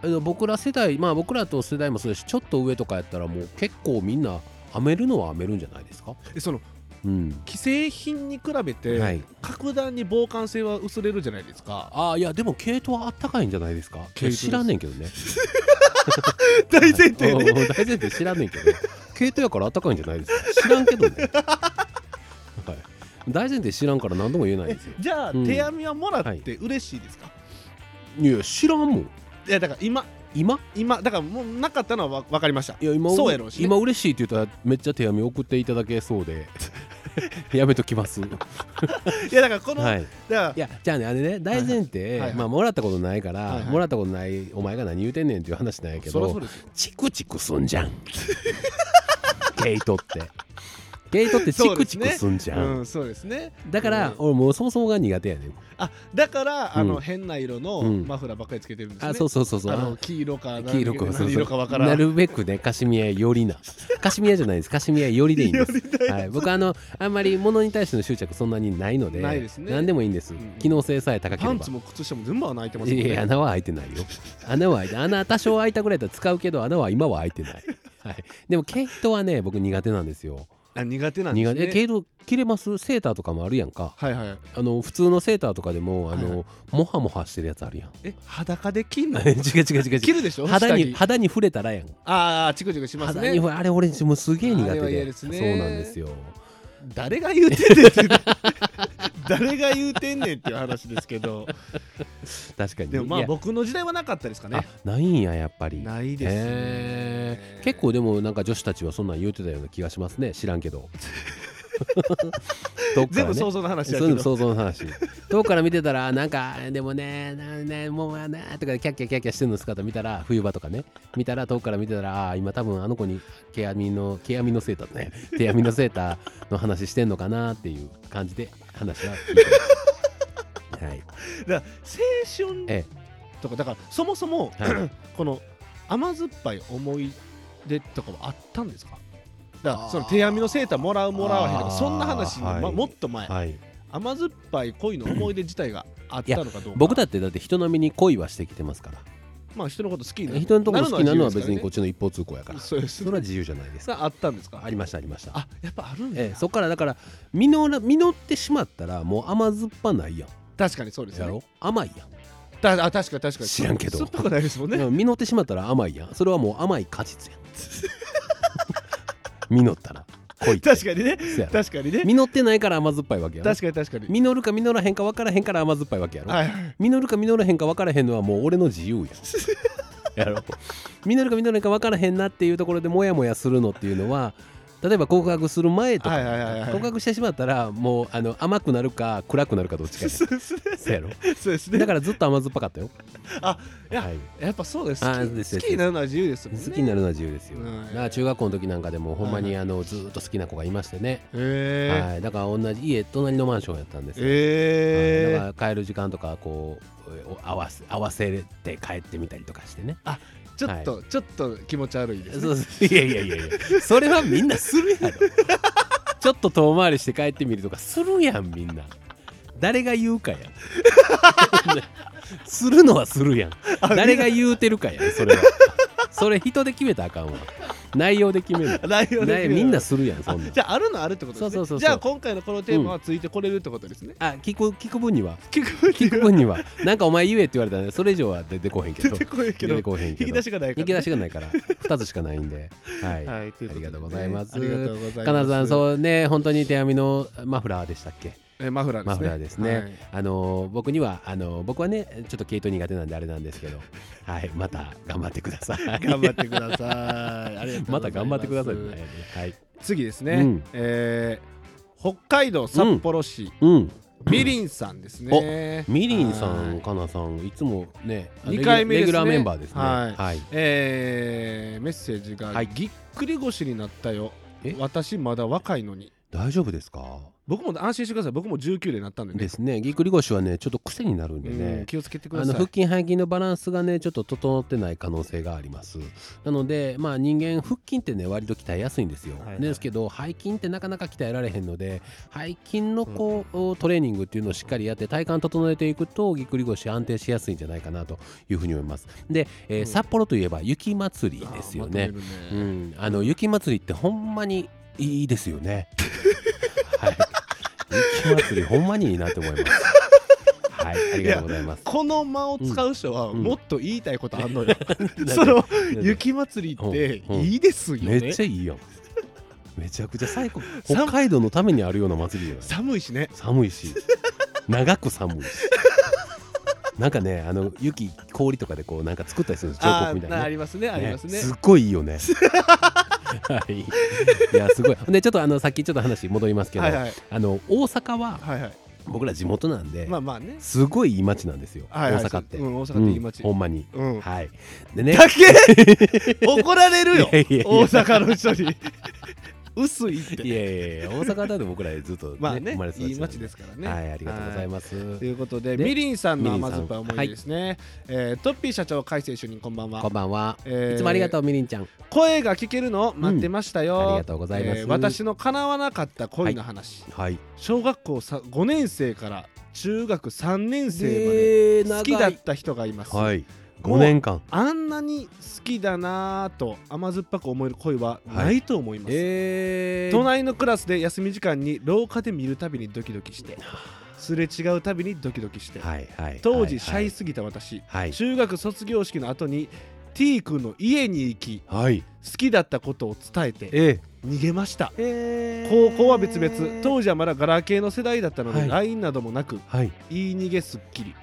B: あの僕ら世代まあ僕らと世代もそうですしちょっと上とかやったらもう結構みんな編めるのは編めるんじゃないですか
A: えその
B: うん
A: 既製品に比べて、
B: はい
A: 格段に防寒性は薄れるじゃないですか
B: ああいやでも毛糸はあったかいんじゃないですか
A: 毛糸です
B: 知らんねんけどね
A: 大前提
B: はい
A: ね
B: おうおう大前提知らんねんけど毛糸やからあったかいんじゃないですか知らんけどね、はい、大前提知らんから何度も言えないんですよ
A: じゃあ、
B: うん
A: 手編みはもら
B: は
A: っ
B: い
A: て嬉しいですか、
B: いや知らんもん
A: い、やだから今
B: 今
A: 今だからもうなかったのはわ分かりました
B: いや今
A: そうやろうしね
B: 今嬉しいって言ったらめっちゃ手紙送っていただけそ うでやめときま
A: い
B: す
A: やだからこの、
B: はい
A: だか
B: いやじゃあねあれね大前提、
A: はいはい
B: まあ、もらったことないから、
A: はいはい
B: もらったことないお前が何言うてんねんっていう話なんやけ
A: ら
B: ど
A: そりゃそうですよ
B: チクチクすんじゃん 毛糸って毛糸ってチクチクすんじゃん、
A: うんそうですね
B: だから、
A: うん
B: 俺もうそもそもが苦手やねん
A: あだから、
B: うん
A: あの変な色の
B: うん
A: マフラーばっかりつけてるんですね、
B: あそうそうそうそう
A: あの
B: あ
A: 黄色か
B: 黄色く
A: 何
B: そう
A: 何
B: そう
A: 色かわからん
B: なるべくねカシミヤよりなカシミヤじゃないですカシミヤよりでいい んです
A: よりない
B: はい、僕あのあんまり物に対しての執着そんなにないので
A: ないですね
B: 何でもいいんです、
A: ん
B: 機能性さえ高けれ
A: パ
B: ば
A: ンツも靴下も全部穴開いてますもん
B: いや
A: ね
B: 穴は開いてないよ穴は開いて穴多少開いたぐらいだったら使うけど穴は今は開いてない、はい、でも毛糸はね僕苦手なんですよ
A: あ苦手なんです
B: 苦
A: ね
B: 手え毛糸切れますセーターとかもあるやんか
A: はいはい
B: あの普通のセーターとかでもあの、
A: はい
B: モハモハしてるやつあるやん
A: え裸で 着んの
B: 違う違う違う
A: 着
B: 違う
A: るでしょ
B: 肌
A: 下着
B: に肌に触れたらやん、
A: ああチクチクします
B: 肌に
A: ね
B: 触れあれ俺もうすげえ苦
A: あれ
B: 手
A: は嫌
B: で
A: ですね
B: そうなんですよ
A: 誰が言うてんねんって いう誰が言うてんねんっていう話ですけど
B: 確かに
A: でもま
B: い
A: あ
B: や
A: 僕の時代はなかったですかね
B: あないんややっぱり
A: ないですね
B: へー結構でもなんか女子たちはそんなん言うてたような気がしますね知らん けどどっ
A: 全
B: からね
A: 部想像の話やけ
B: そ
A: ど
B: ういうの想像の話遠くから見てたらなんかでもねなんねもうねとかキャッキャキャッキャしてるの姿見たら冬場とかね見たら遠くから見てたらあー今多分あの子に毛網の毛網のセーターね手網のセーターの話してんのかなっていう感じで話は聞いてますはい
A: だから青春
B: え
A: とかだからそもそも、
B: は
A: この甘酸っぱい思い出とかはあったんですかだか
B: あ
A: ら
B: ー
A: その手編みのセーターもらうもらわへんとか
B: あー
A: そんな話の、
B: はい
A: ま、もっと前、
B: はい
A: 甘酸っぱい恋の思い出自体があったのかどうか
B: 僕だってだって人並みに恋はしてきてますから
A: まあ人のこと好きにな
B: 人のところ好きなのは別にこっ
A: ち
B: ちの一方通行やから
A: そうです
B: それは自由じゃないです
A: さああったんですか
B: ありましたありました
A: あやっぱあるんだ、
B: ええそっからだから実ら実ってしまったらもう甘酸っぱないやん
A: 確かにそうです
B: や
A: よ、ね、
B: ろ甘いやん
A: だあ確かに確かに
B: 知らんけど
A: 酸っぱくないですもんね
B: でも実ってしまったら甘いやんそれはもう甘い果実やん 実ったら恋って
A: 確かにね
B: そうやろ
A: 確かにね
B: 実ってないから甘酸っぱいわけやろ
A: 確かに確かに
B: 実るか実らへんか分からへんから甘酸っぱいわけやろ、
A: はいはい
B: 実るか実らへんか分からへんのはもう俺の自 由やんやろ実るか実らへんか分からへんなっていうところでモヤモヤするのっていうのは例えば告白する前とか、
A: はいはいはいはい
B: 告白してしまったらもうあの甘くなるか暗くなるかどっちかや
A: そうですね
B: んそうやろ
A: そうです
B: だ
A: ね
B: からずっと甘酸っぱかったよ
A: あいや
B: はい
A: やっぱそうです
B: あ
A: 好
B: そうです
A: き好きになるのは自由ですもんね
B: 好きになるのは自由ですよ、
A: うん
B: だから中学校の時なんかでもほんま
A: はい
B: にあのずーっと好きな子がいましてね、
A: へ
B: はい、だから同じ家隣のマンションやったんですよ
A: え
B: はいだから帰る時間とかこうえお合わせ合わせて帰ってみたりとかしてね。
A: ちょっと、ちょっと気持ち悪いですね
B: そうそういやいやいやいやそれはみんなする やろ。ちょっと遠回りして帰ってみるとかするやんみんな。誰が言 うかやん。するのはするやん。誰が言うてるかやんそれは。それ人で決めたらあかんわ。内容で決める。
A: 内容
B: 内
A: で
B: みんなするやんそ
A: あ
B: んなん
A: じ。ゃああるのはあるってことですね
B: そうそうそうそう
A: じゃあ今回のこのテーマはついてこれるってことですね、
B: あ聞く聞く分には
A: 聞く分
B: 聞く
A: には
B: 分にはなんかお前言えって言われたらそれ以上は出てこへんけ
A: 出
B: ど。
A: てこないけ
B: 出
A: ど
B: て
A: 引
B: こへんけど
A: き出しがないから
B: 引き出しがないから2つしかないんで、はい
A: はいということでね
B: ありがとうございます
A: ありがとうございます
B: かなさんそうね本当に手編みのマフラーでしたっけ
A: えマフラーですね
B: マフラーですね、
A: はい
B: あのー僕にはあのー僕はねちょっと毛糸苦手なんであれなんですけど はいまた頑張ってください
A: 頑張ってくださいありがとうございす
B: また頑張ってくださいねはい
A: 次ですね、
B: うん
A: えー北海道札幌市、
B: うん
A: みりんさんですね
B: みりんさ
A: は
B: ん
A: い
B: かなさんいつもね
A: 二回目
B: レ
A: ですね
B: ギュラーメンバーですね
A: はい
B: はい
A: えーメッセージが、
B: はい
A: ぎっくり腰になったよ
B: え
A: 私まだ若いのに
B: 大丈夫ですか
A: 僕も安心してください僕も19でなったんでね
B: ですねぎっくり腰はねちょっと癖になるんでね、
A: うん気をつけてくだ
B: あ
A: さ
B: の
A: い
B: 腹筋背筋のバランスがねちょっと整ってない可能性がありますなのでまあ人間腹筋ってね割と鍛えやすいんですよ、
A: はいはい
B: ですけど背筋ってなかなか鍛えられへんので背筋のこう、トレーニングっていうのをしっかりやって体幹整えていくとぎっくり腰安定しやすいんじゃないかなというふうに思いますで、えー
A: うん
B: 札幌といえば雪まつりですよ
A: あ
B: ね
A: ーまと
B: う
A: めるね
B: ん、あの雪まつりってほんまにいいですよ ね。はい、雪まつりほんまにいいなって思います。はい、ありがとうございます。
A: この間を使う人は
B: うん
A: もっと言いたいことあんのよ、その雪まつりっていいですよね、
B: めっちゃいいやん。めちゃくちゃ最高。
A: 寒
B: 北海道のためにあるような祭りじゃない。
A: 寒いしね
B: 寒いし、長く寒いし。なんかね、あの雪氷とかでこうなんか作ったりするんです。彫刻み
A: あーな
B: たいな
A: あ
B: ね。
A: りますねありますね
B: っごいいいよね。はい。いやすごい。でちょっとあのさっきちょっと話戻りますけど、
A: はいはい
B: あの大阪は
A: はいはい
B: 僕ら地元なんで、
A: まあまあね
B: すごいいい町なんですよ、
A: はいはい
B: 大阪って、
A: うん大阪っていい町
B: うんほんまに、
A: うん
B: はいでね
A: だけ 怒られるよ
B: いやいやいや
A: 大阪の人 に薄いって
B: いやいやいや大阪だと僕らずっと、ね
A: まあね
B: 生まれ育
A: いい
B: ちなん
A: 町ですからね
B: はいありがとうございます
A: ということで
B: で
A: みりんさんの
B: みりん
A: 甘
B: さ
A: 酸
B: ん
A: っぱい思い出ですね、えートッピー社長改正主任こんばんは
B: こんばんは、
A: えー
B: いつもありがとうみりんちゃん
A: 声が聞けるのを待ってましたよ、
B: うんありがとうございます
A: 私の叶わなかった恋の話、
B: はい
A: 小学校さ5年生から中学3年生
B: え
A: まで好きだった人がいます、
B: はい5年間
A: あんなに好きだなぁと甘酸っぱく思える恋はないと思います、
B: えー
A: 隣のクラスで休み時間に廊下で見るたびにドキドキしてすれ違うたびにドキドキして、
B: はいはい
A: 当時シャイ
B: ス
A: すぎた私、
B: はい
A: 中学卒業式の後に T 君の家に行き
B: はい
A: 好きだったことを伝えて
B: え
A: 逃げました
B: え
A: 高校は別々
B: 時
A: 当時はまだガラケーの世代だったので、
B: はい
A: LINE などもなく
B: はい
A: 言い逃げすっきり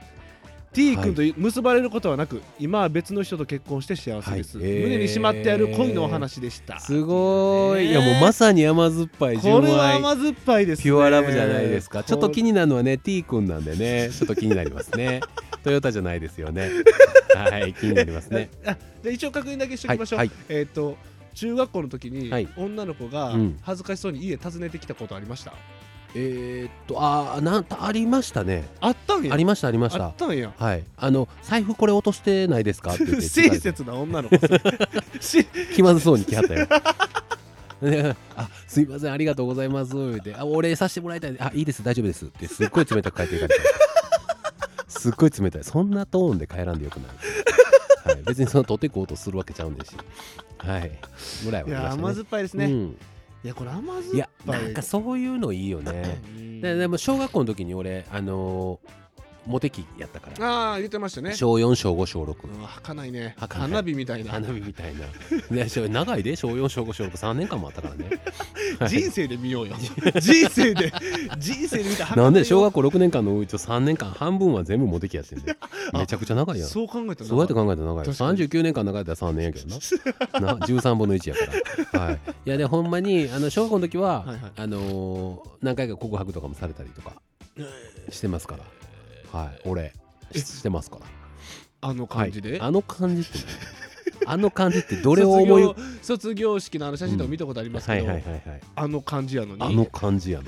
A: T 君と結ばれることはなく、今は別の人と結婚して幸せです、
B: はいえー
A: 胸にしまってある恋のお話でした
B: すごーい、
A: ね
B: いやもうまさに甘酸っぱい純
A: こ
B: 愛
A: れは甘酸っぱいですね
B: ピュアラブじゃないですか。ちょっと気
A: に
B: になるのはね、T 君なんでね、ちょっと気になります ね。トヨタじゃないですよね。はい、気になりますね。
A: あじゃあ一応確認だけしてお
B: はい、
A: きましょう、
B: はい、
A: えっ、と中学校の時に
B: はい
A: 女の子が
B: うん
A: 恥ずかしそうに家訪ねてきたことありました、
B: えー、っと、あー、なんありましたね。
A: あったんや
B: ありました、ありまし
A: あ
B: た
A: っ。たんや
B: はい、あの財布これ落としてないですかって 言って
A: 親切な女の 子それし
B: 気まずそうに来はったよ。で あすいませんありがとうございます」ってあ「お礼させてもらいたいんであいいです大丈夫です」ってすっごい冷たく帰っていかれたすっごい冷たいそんなトーンで帰らんでよくないはい、別にその取っていこうとするわけちゃうんですしはいぐらいはいあり
A: や
B: ましたね
A: 甘酸っぱいです
B: う
A: ね
B: ん、
A: いやこれ甘
B: い
A: 酸っ
B: や
A: ぱ
B: ないんかそういうのいいよねででも小学校の時に俺あのーモテ期やったから
A: ああ言ってましたね
B: 小4小5小6
A: うん儚いね
B: 儚い
A: 花火みたいな
B: 花火みたいな、 ね、しょ長いで小4小5小63年間もあったからね
A: 人生で見ようよ人生で人生で見た儚いよ
B: なんで小学校6年間のうち3年間半分は全部モテ期やしてん でめちゃくちゃ長いやん
A: そう考えたら
B: そうやって考えたら長いよ
A: 確かに
B: 39年間長いったら3年やけど なな13分の1やから、はい、いやでほんまにあの小学校の時は、
A: はいはい
B: あのー何回か告白とかもされたりとかしてますから、はい、俺ししてますから
A: あの感じで、
B: はい、あの感じって何あの感じってどれを思い浮
A: 卒業卒業式のあの写真とか見たことあります
B: は
A: け
B: い
A: ど、
B: はいはいはい
A: あの感じやのに
B: あの感じやの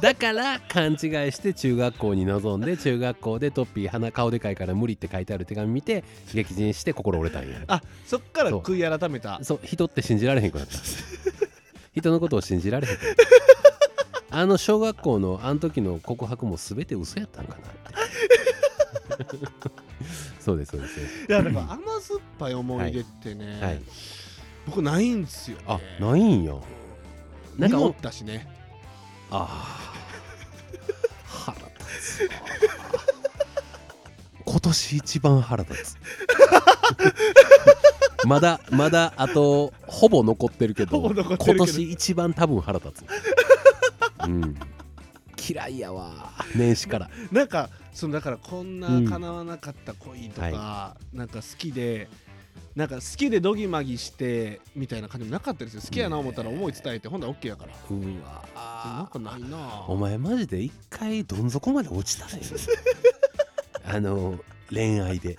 B: だから勘違いして中学校に臨んで中学校でトッピー鼻顔でかいから無理って書いてある手紙見 て激甚して心折れたんや
A: あそっから悔い改めた
B: そう人って信じられへんくなった 人のことを信じられへんくなったあの小学校のあの時の告白も全て嘘やったんかなって そうですそうですそうです
A: いやだから甘酸っぱい思い出ってね、
B: はい
A: 僕ないんですよ、ね、
B: あないんやなんか
A: 濁
B: お
A: ったしね
B: ああ腹立つな今年一番腹立つ まだまだあとほぼ残ってるけど
A: ほぼ残ってるけど
B: 今年一番多分腹立つ、うん、嫌いやわ年始から
A: なんかそのだからこんな
B: うん
A: 叶わなかった恋とか、なんか好きでなんか好きでどぎまぎしてみたいな感じもなかったですよ好きやな思ったら思い伝えてほんなら OK やから
B: う
A: なん
B: わ
A: かないなぁ
B: お前マジで一回どん底まで落ちたね あの恋愛で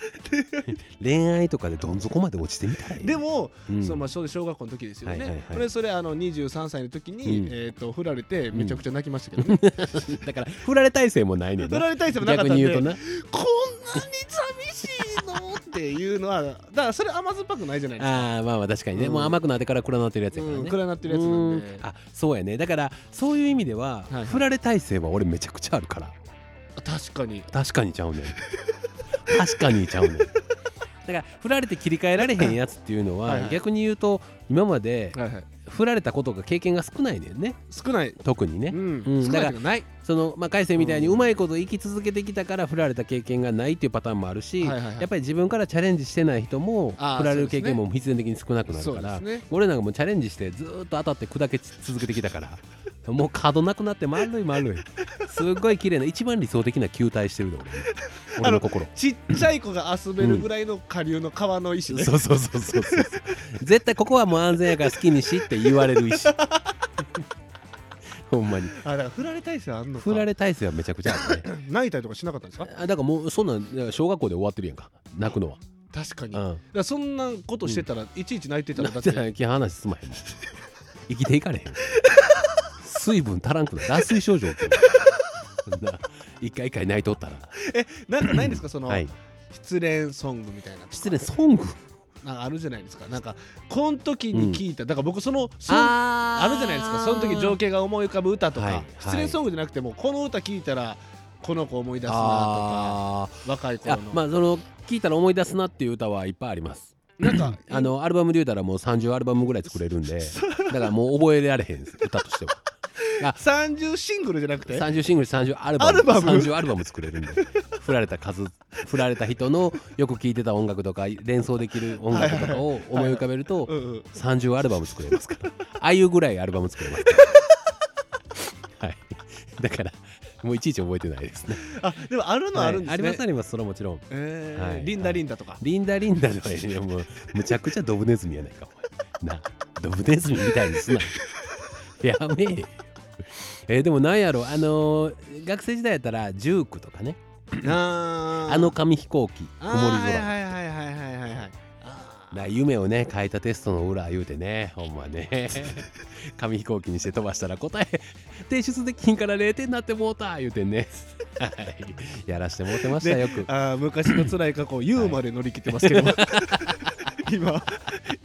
B: 恋愛とかでどん底まで落ちてみたらいい
A: でも、
B: うん
A: そのまあ小小学校の時ですよね、
B: はいはいはい
A: 俺それあの23歳の時に、
B: うん
A: えー、と振られてめちゃくちゃ泣きましたけどね、
B: だから振られ体制もない ねん
A: 振
B: な
A: られたい人もなかっ
B: 逆
A: たん
B: に
A: で
B: 言
A: こ
B: うと
A: んな
B: な
A: に寂しいのっていうのはだからそれ甘酸っぱくないじゃないですか
B: あーまあまあ確かにね、
A: うん
B: もう甘くなってから暗なってるやつやからね、
A: うん暗なってるやつなんで
B: うあそうやねだからそういう意味では、
A: はいはい
B: 振られ体制は俺めちゃくちゃあるから
A: 確かに
B: 確かにちゃうね ん確かにちゃうねんだから振られて切り替えられへんやつっていうのは
A: はいはい
B: 逆に言うと今まで
A: はいはい
B: 振られたことが経験が少ないねんね
A: 少ない、
B: 特にね、
A: うん
B: うん
A: 少ないというかない
B: そのまあ海星みたいにうまいこと生き続けてきたから振られた経験がないっていうパターンもある
A: は
B: し、
A: いはいはい
B: やっぱり自分からチャレンジしてない人も
A: あー
B: 振られる経験
A: そ
B: も必然的に少なくなる
A: そう
B: か
A: で
B: ら、
A: すね
B: 俺なんかもうチャレンジしてずーっと当たって砕け続けてきたから もう角なくなって丸い丸いすっごい綺麗な一番理想的な球体してるで俺ね俺の心
A: ちっちゃい子が遊べるぐらいの下流の川の石ね、
B: そうそうそうそうそう絶対ここはもう安全やから好きにしって言われ る石ほんまに
A: あだから振られたい人あんのか
B: 振られ体制はめちゃくちゃあるね
A: 泣いたりとかしなかったんですか
B: あだからもうそんなん小学校で終わってるやんか泣くのは
A: 確かに、だか
B: うん
A: らそんなことしてたら、いちいち泣いてたらだっ
B: じ
A: て
B: ゃあ基本話すまへん もん生きていかれへん水分足らんくなる脱 水症状ってそんな一回一回泣いとったら
A: えなんかないんですかその、
B: はい
A: 失恋ソングみたいな
B: 失礼ソング
A: なんかあるじゃないですかなんかこの時に聞いた、だから僕そのそんあ
B: あ
A: るじゃないですかその時情景が思い浮かぶ歌とか、
B: はいはい
A: 失恋ソングじゃなくてもこの歌聞いたらこの子思い出すなとか
B: あー
A: 若い
B: いや
A: 頃の、
B: まあその聞いたら思い出すなっていう歌はいっぱいあります
A: なんか
B: あのアルバムで言うたらもう30アルバムぐらい作れるん でだからもう覚えられへんです歌としては
A: 30シングルじゃなくて
B: 30シングル30アルバム
A: アルバム
B: 30アルバム作れるんで 振られた数振られた人のよく聴いてた音楽とか連想できる音楽とかを思い浮かべると
A: うんうん
B: 30アルバム作れますからああいうぐらいアルバム作れます からはいだからもういちいち覚えてないですね
A: あでもあるのはあるんですね、
B: はいありますありますそれはもちろん
A: えー
B: はい
A: リンダリンダとか、
B: リンダリンダではねもうむちゃくちゃドブネズミやないかお前なドブネズミみたいにすなやめえよえーでもなんやろあのー学生時代やったらジュークとかね
A: あー
B: あの紙飛行機曇り
A: あー
B: 空
A: はいはいはいはいはいはいあー
B: な夢をね書いたテストの裏言うてねほんまね紙飛行機にして飛ばしたら答え提出できんから0点になってもうた言うてねはいやらしてもうてました
A: ね
B: よく
A: あー昔の辛い過去をユーモアで乗り切ってますけど、 今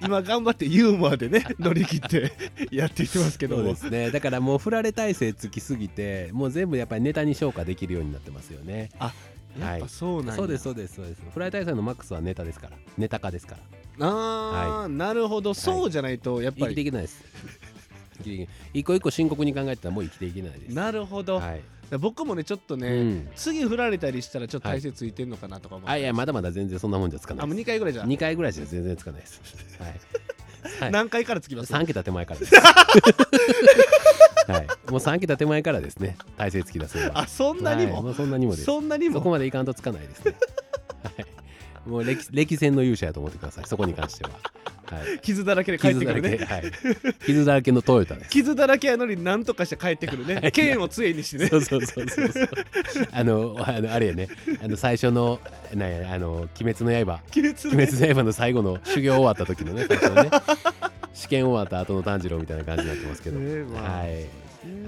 A: 今頑張ってユーモアでね乗り切ってやっていってますけど
B: そう
A: も
B: ですねだからもう振られ体制つきすぎてもう全部やっぱりネタに消化できるようになってますよね
A: あ
B: は
A: やっ
B: い
A: ぱそうなんや
B: そうですそうですそうですフライ大祭のマックスはネタですからネタ化ですから
A: あーなるほどそうじゃないとやっぱ
B: 生きてい
A: り
B: けないです 生きていけない一個一個深刻に考えてたらもう生きていけないです
A: なるほど
B: はい、
A: 僕もねちょっと
B: う
A: ね
B: ん
A: 次振られたりしたらちょっと体勢ついてんのかなとか思って
B: あいやまだまだ全然そんなもんじゃつかな
A: あ
B: い
A: もう
B: で
A: 2回ぐらいじゃ
B: す2回ぐらいじゃ全然つかない ですはいはい
A: 何回からつきます
B: 3桁手 前からです。はい、もう3桁手前からですね、体勢つき出すのは。
A: あそんなに
B: はい
A: も
B: うそんなにもです。そ
A: そんなに
B: こ
A: も
B: までいかんとつかないですね。はい、もう歴歴戦の勇者やと思ってください、そこに関しては。はい、
A: 傷だらけで 帰っ
B: 傷
A: てく
B: だら
A: る
B: け、
A: ね
B: はい、傷だらけのトヨタです。
A: 傷だらけやのになんとかして帰ってくるね剣を杖にしてね
B: そうそうそうそうそう。あの、あのあれやね、あの最初の、なんや、あの、鬼滅の刃。
A: 鬼滅
B: 鬼滅の刃の最後の修行終わった時のね、最初のね。試験終わった後の炭治郎みたいな感じになってますけど。
A: ねまあ
B: はい。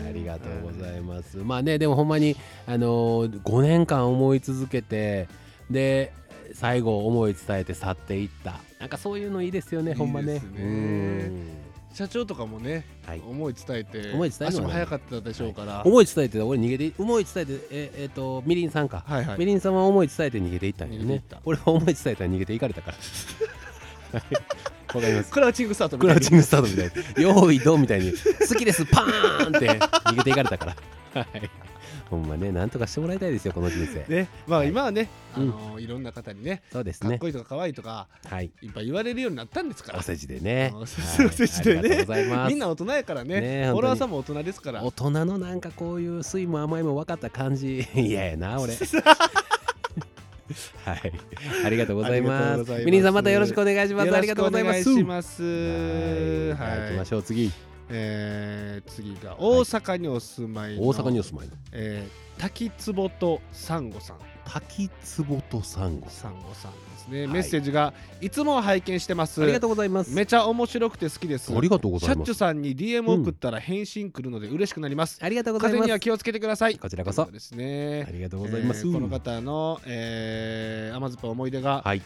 B: ありがとうございます。まあね、でもほんまに、あのー、5年間思い続けて、で、最後思い伝えて去っていった。なんかそういうのいいですよね、ほんまね。
A: いいですね
B: うん
A: 社長とかもね
B: はい
A: 思い伝えて
B: 思い伝える
A: 足も
B: のはね
A: 速かったでしょうから
B: 思い伝えて、俺逃げて、思い伝えて、え、えっ、と、みりんさんか。
A: はいはい
B: みりんさんは思い伝えて逃げていったん
A: 逃
B: や
A: げてい
B: ね
A: った。
B: 俺は思い伝えたら逃げていかれたから。 はいわかります。
A: クラウチングスタートみ
B: ク
A: た
B: ラ
A: い
B: ウ
A: な
B: チングスタートみたいに「用意ドン」みたいに「好きですパーン!」って逃げていかれたからはいほんまねなんとかしてもらいたいですよこの人生
A: ねまあ
B: はい
A: 今はねあのいろんな方にね
B: そうです
A: かっ
B: ね
A: こいいとか可愛いとか
B: はい
A: いっぱい言われるようになったんですから
B: お世辞でね
A: お世辞
B: はい
A: お世辞でね
B: ありがとうございます
A: みんな大人やから
B: ねえ
A: ね
B: 本当に
A: フォロワーさんも大人ですから
B: 大人のなんかこういう酸いも甘いも分かった感じ嫌やな俺はいありがとうござい
A: ありがと
B: ま
A: うござい
B: す
A: ます
B: ミリンさんまたよろしくお願いしますあ
A: よろ
B: り
A: し
B: が
A: く
B: とう
A: お
B: ございま
A: 願い
B: す
A: し
B: はい
A: ます
B: じゃあ行き
A: は
B: ま
A: い
B: しょう次
A: えー次が大阪にお住まいの
B: 大阪にお住まいの
A: えー滝壺とサンゴさん
B: 滝壺とサンゴ
A: サンゴさんですね、
B: い
A: メッセージがいつも拝見してます
B: ありがとうございます
A: めちゃ面白くて好きです
B: ありがとうご
A: シ
B: ざ
A: ャ
B: い
A: ッ
B: ま
A: チュ
B: す
A: さんに DM を送ったら返信来るので嬉しくなります、
B: ありがとうござ
A: 風
B: いま
A: 邪には
B: す
A: 気をつけてください
B: こちらこそ
A: というとですね
B: ありがとうございます。
A: えーこの方の、えー、甘酸っぱい思い出が、
B: はい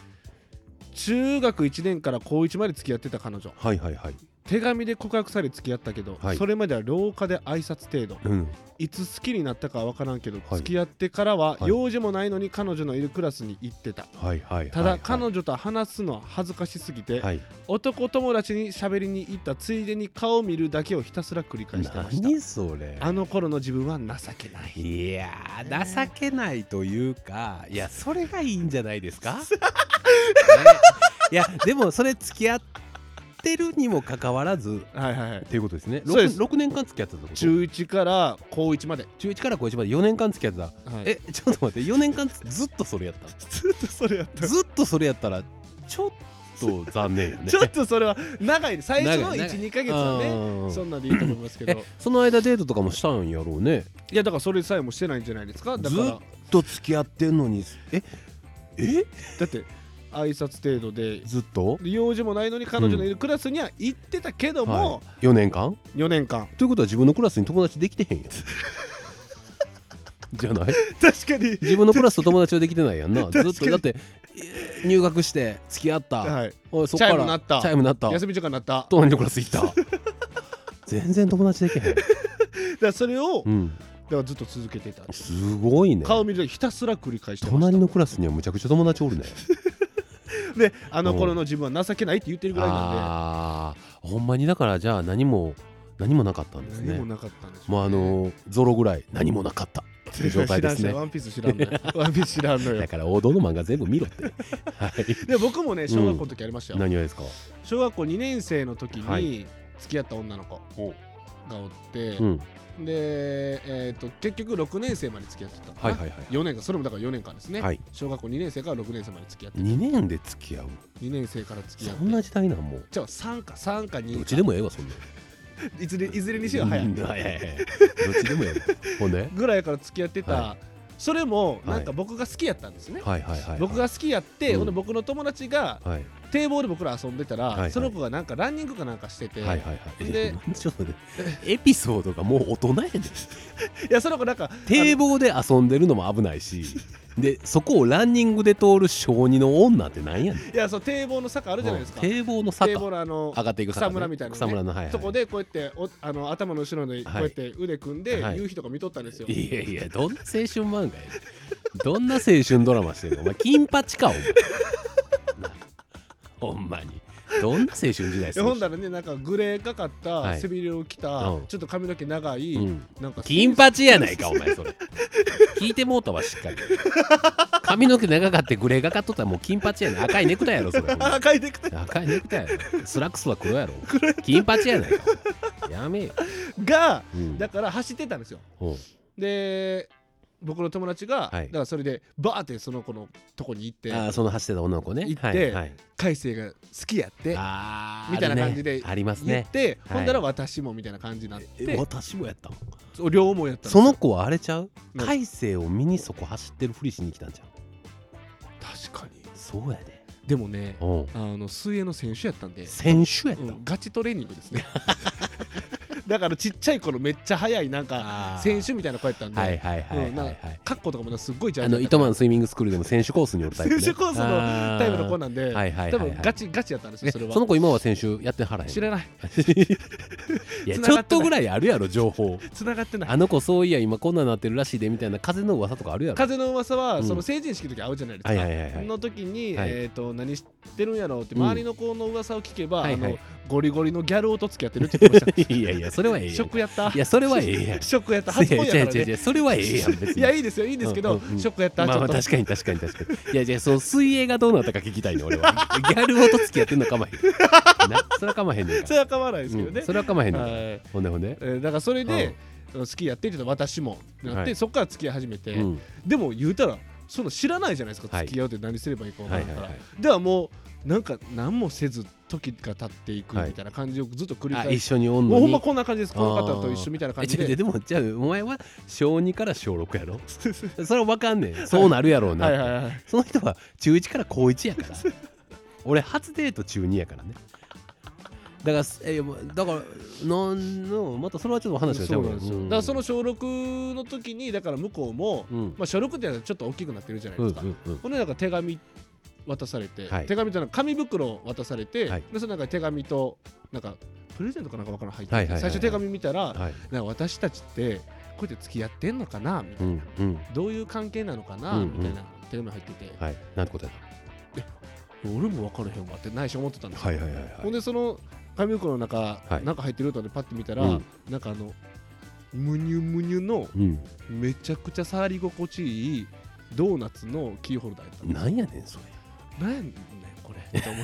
A: 中学1年から高1まで付き合ってた彼女
B: はいはいはい。
A: 手紙で告白され付き合ったけど、
B: はい
A: それまでは廊下で挨拶程度
B: うん。
A: いつ好きになったかは分からんけど、
B: はい
A: 付き合ってからは
B: はい
A: 用事もないのに彼女のいるクラスに行ってた、
B: はいはい。
A: ただ、彼女と話すのは恥ずかしすぎて、
B: はい。
A: 男友達に喋りに行ったついでに顔を見るだけをひたすら繰り返してました
B: 何それ。
A: あの頃の自分は情けない
B: いやー情けないというか、いやそれがいいんじゃないです か。ねいやでもそれ付き合ってるにもかかわらず。
A: はいはいはい
B: っていうことですね。
A: そうです
B: 六六年間付き合ってたってこと。
A: 中1から高1まで、
B: 中一から高一まで四年間付き合ってた。
A: はい
B: えちょっと待って四年間ずっとそれやったの。
A: ずっとそれやった
B: ずっとそれやったらちょっと残念よね。
A: ちょ っとそれは長いね最初の
B: 長い長い
A: 12か月はね
B: うん
A: そんなんでいいと思いますけど
B: えその間デートとかもしたんやろうね
A: いやだからそれさえもしてないんじゃないですかだから
B: ずっと付き合ってんのにええ
A: だって挨拶程度で
B: ずっと
A: で用事もないのに彼女のいるクラスには行ってたけども、
B: い、4年間
A: 4年間
B: ということは自分のクラスに友達できて へんやんじゃない
A: 確かに
B: 自分のクラスと友達はできてないやんな
A: 確
B: ず
A: かに
B: っとだってえー入学して付き合った、
A: はい
B: おいそっから
A: チャイム鳴った
B: チャイムなった
A: 休み時間になっただか
B: 隣のクラス行った 全然友達できへん、
A: らそれを、
B: うん、
A: だからずっと続けていた
B: すごいね
A: 顔見るとひたすら繰り返してま
B: 隣
A: し
B: のクラスにはむちゃくちゃ友達おるね
A: たであの頃の自分は情けないって言ってるぐらいなん
B: ああーほんまにだからじゃあ何も何もなかったんです
A: で何
B: ね
A: もなかったんです
B: もう あのーゾロぐらい何もなかったっていう状態です
A: 知らん知らん
B: ね
A: ワンピース知らんのよワン ピース知らんのよ
B: だから王道の漫画全部見ろって はい
A: で僕もね小学校の時ありましたよ、
B: 何がですか
A: 小学校2年生の時
B: は
A: に付き合った女の子がおって、
B: うん
A: で、えー、と結局6年生まで付き合ってたのか
B: はい
A: な、
B: はいは
A: 4年間それもだから4年間ですね、
B: いはい
A: 小学校2年生から6年生まで付き合って
B: 2年で付き合う
A: 2年生から付き合って
B: そんな時代なんもう
A: じゃあ3か3か2
B: どっ
A: か
B: ちでもええわそんなん
A: いずれいずれにしろ早い、
B: うん早い早 いどっちでもええわほんで
A: ぐらいから付き合ってた、
B: は
A: それも
B: はい
A: なんか僕が好きやったんですね、
B: はいはいはい
A: 僕が好きやって、
B: うん
A: ほんで僕の友達が
B: はい
A: 堤防で僕ら遊んでたら、
B: はいはい
A: その子がなんかランニングかなんかしてて、
B: はいはいはい
A: で
B: え ちょっと待ってエピソードがもう大人やで
A: いやその子なんか
B: 堤防で遊んでるのも危な いしでそこをランニングで通る小児の女ってなんやねん
A: いやそう堤防の坂あるじゃないですか、
B: 堤防の坂
A: 堤防のあの
B: 上がっていく坂、
A: 草むらみたいなね
B: 草むらのはい、はい、
A: そこでこうやっておあの頭の後ろにこうやって腕組んで、
B: はい
A: 夕日とか見とったんですよ、
B: いやいやどんな青春漫画やねどんな青春ドラマしてんのお前金八かお前な ほんまにどんな青春時代す
A: ほん
B: る
A: だらねなんかグレーかかっ
B: は
A: た
B: い
A: 背びれを着た、
B: うん
A: ちょっと髪の毛長い、
B: うん
A: なんか
B: 金八やないかお前それ聞いてもうたわしっかり髪の毛長かってグレーがかっとったらもう金八やない赤いネクタイやろそれほんま
A: あ書いてくて
B: 赤いネクタイやろスラックスは黒やろ金八やないかお前やめよ、
A: が
B: うん
A: だから走ってたんですよ
B: うん
A: で僕の友達が、
B: はい
A: だからそれでバーってその子のとこに行って
B: あーその走ってた女の子ね
A: 行って
B: はいはい、
A: 海星が好きやって
B: あー
A: みたいな
B: あるね
A: 感じで
B: あります
A: 言
B: ね
A: って、
B: はい
A: ほんだら私もみたいな感じになって、
B: 私もやった
A: お両思いやったんです
B: そ
A: よ
B: の子はあれちゃう
A: なん
B: 海星を身にそこ走ってるふりしに来たんじゃん
A: 確かに
B: そうやで
A: でもね
B: うん
A: あの水泳の選手やったんで、
B: 選手やった、
A: うん んガチトレーニングですね だからちっちゃい頃めっちゃ速いなんか
B: あー
A: 選手みたいな子やったんで、
B: はいはいはいはい
A: うんな
B: は
A: ん
B: い、
A: カッコとかもすっごいジャ
B: あ
A: ンジ
B: の
A: ャンやっ
B: 糸
A: た
B: 満スイミングスクールでも選手コースにおるタイプ、ね、
A: 選手コースのタイプの子
B: な
A: なんで、
B: はいはいはいはい
A: 多分ガチガチやったんですよ
B: え
A: それは
B: その子今は選手やってはらへん
A: 知らない繋がってな
B: いや
A: い
B: ちょっとぐらいあるやろ情報
A: 繋がってない
B: あの子そういや今こんなんなってるらしいでみたいな風の噂とかあるやろ
A: 風の噂は、
B: うん
A: その成人式の時会うじゃないですか、
B: はいはいはいはい
A: の時に、
B: はい
A: えー、と何してるんやろうって
B: うん
A: 周りの子の噂を聞けば、
B: はいはい
A: あのゴリゴリのギャル男と付き合ってるって言ってまし
B: いやいやそれは
A: た
B: ええやん
A: ショックやった
B: いやそれはええ やん
A: ショックやった初恋やから
B: いやいやい
A: ね
B: やそれはええやん別に
A: いやいいですよいいんですけど、
B: うんうんうん
A: ショックやった、
B: まあまあ
A: ちょっ
B: 確かに確かに確かにいやいやその水泳がどうなったか聞きたい の俺はギャル男と付き合ってんのかまへんなそれはかまへんねん
A: とそ
B: から
A: れは構わないですけど
B: う
A: ね
B: ん、それはかまへんねん
A: はい
B: からほんでほんで
A: えーだからそれで、好きやってちょっと私もってなって、
B: はい
A: そっから付き合い始めて、
B: うん
A: でも言うたらその知らないじゃないですか、
B: はい
A: 付き合うって何すればいいか分か
B: は
A: ら
B: い
A: んか
B: は
A: ら、
B: いはい
A: ではもうなんか何もせず時が経っていくみたいな感じをずっと繰り
B: あ
A: 返
B: 一
A: し、
B: 緒におん
A: も
B: の
A: うほん
B: に
A: まこんな感じですこの方と一緒みたいな感じ
B: あーえ違う違
A: で
B: うでもじゃあお前は小2から小6やろ それは分かんねんそうなるやろうな
A: は
B: っ
A: い
B: て
A: はいはい
B: その人は中1から高1やから俺初デート中2やからねだからすえもうだからなんのまたそれはちょっと話がちゃ
A: そうう
B: け
A: な
B: ど
A: んですよ、だからその小6の時にだから向こうも、
B: うん
A: まあ、小6ってちょっと大きくなってるじゃないですか、
B: うんうんうん
A: このなんか手紙渡されて、
B: はい
A: 手紙となんか紙袋を渡されて、
B: はい
A: でそのなんか手紙となんかプレゼントかなんかわからん入ってて、
B: はいはいはいはい
A: 最初手紙見たら、
B: はい
A: なんか私たちってこうやって付き合ってんのかなみたいな
B: うんうん
A: どういう関係なのかな、
B: うんうん
A: みたいな手紙入ってて、
B: はいなんてことや
A: 俺も分からへんわって内緒思ってたんですよ、
B: いはいはい
A: ほんでその紙袋の中、
B: はい
A: なんか入ってるとでパッて見たら、
B: うん
A: なんかあのむにゅむにゅの
B: うん
A: めちゃくちゃ触り心地いいドーナツのキーホルダーやったんです
B: なんやねんそれ
A: なんやねんこれと思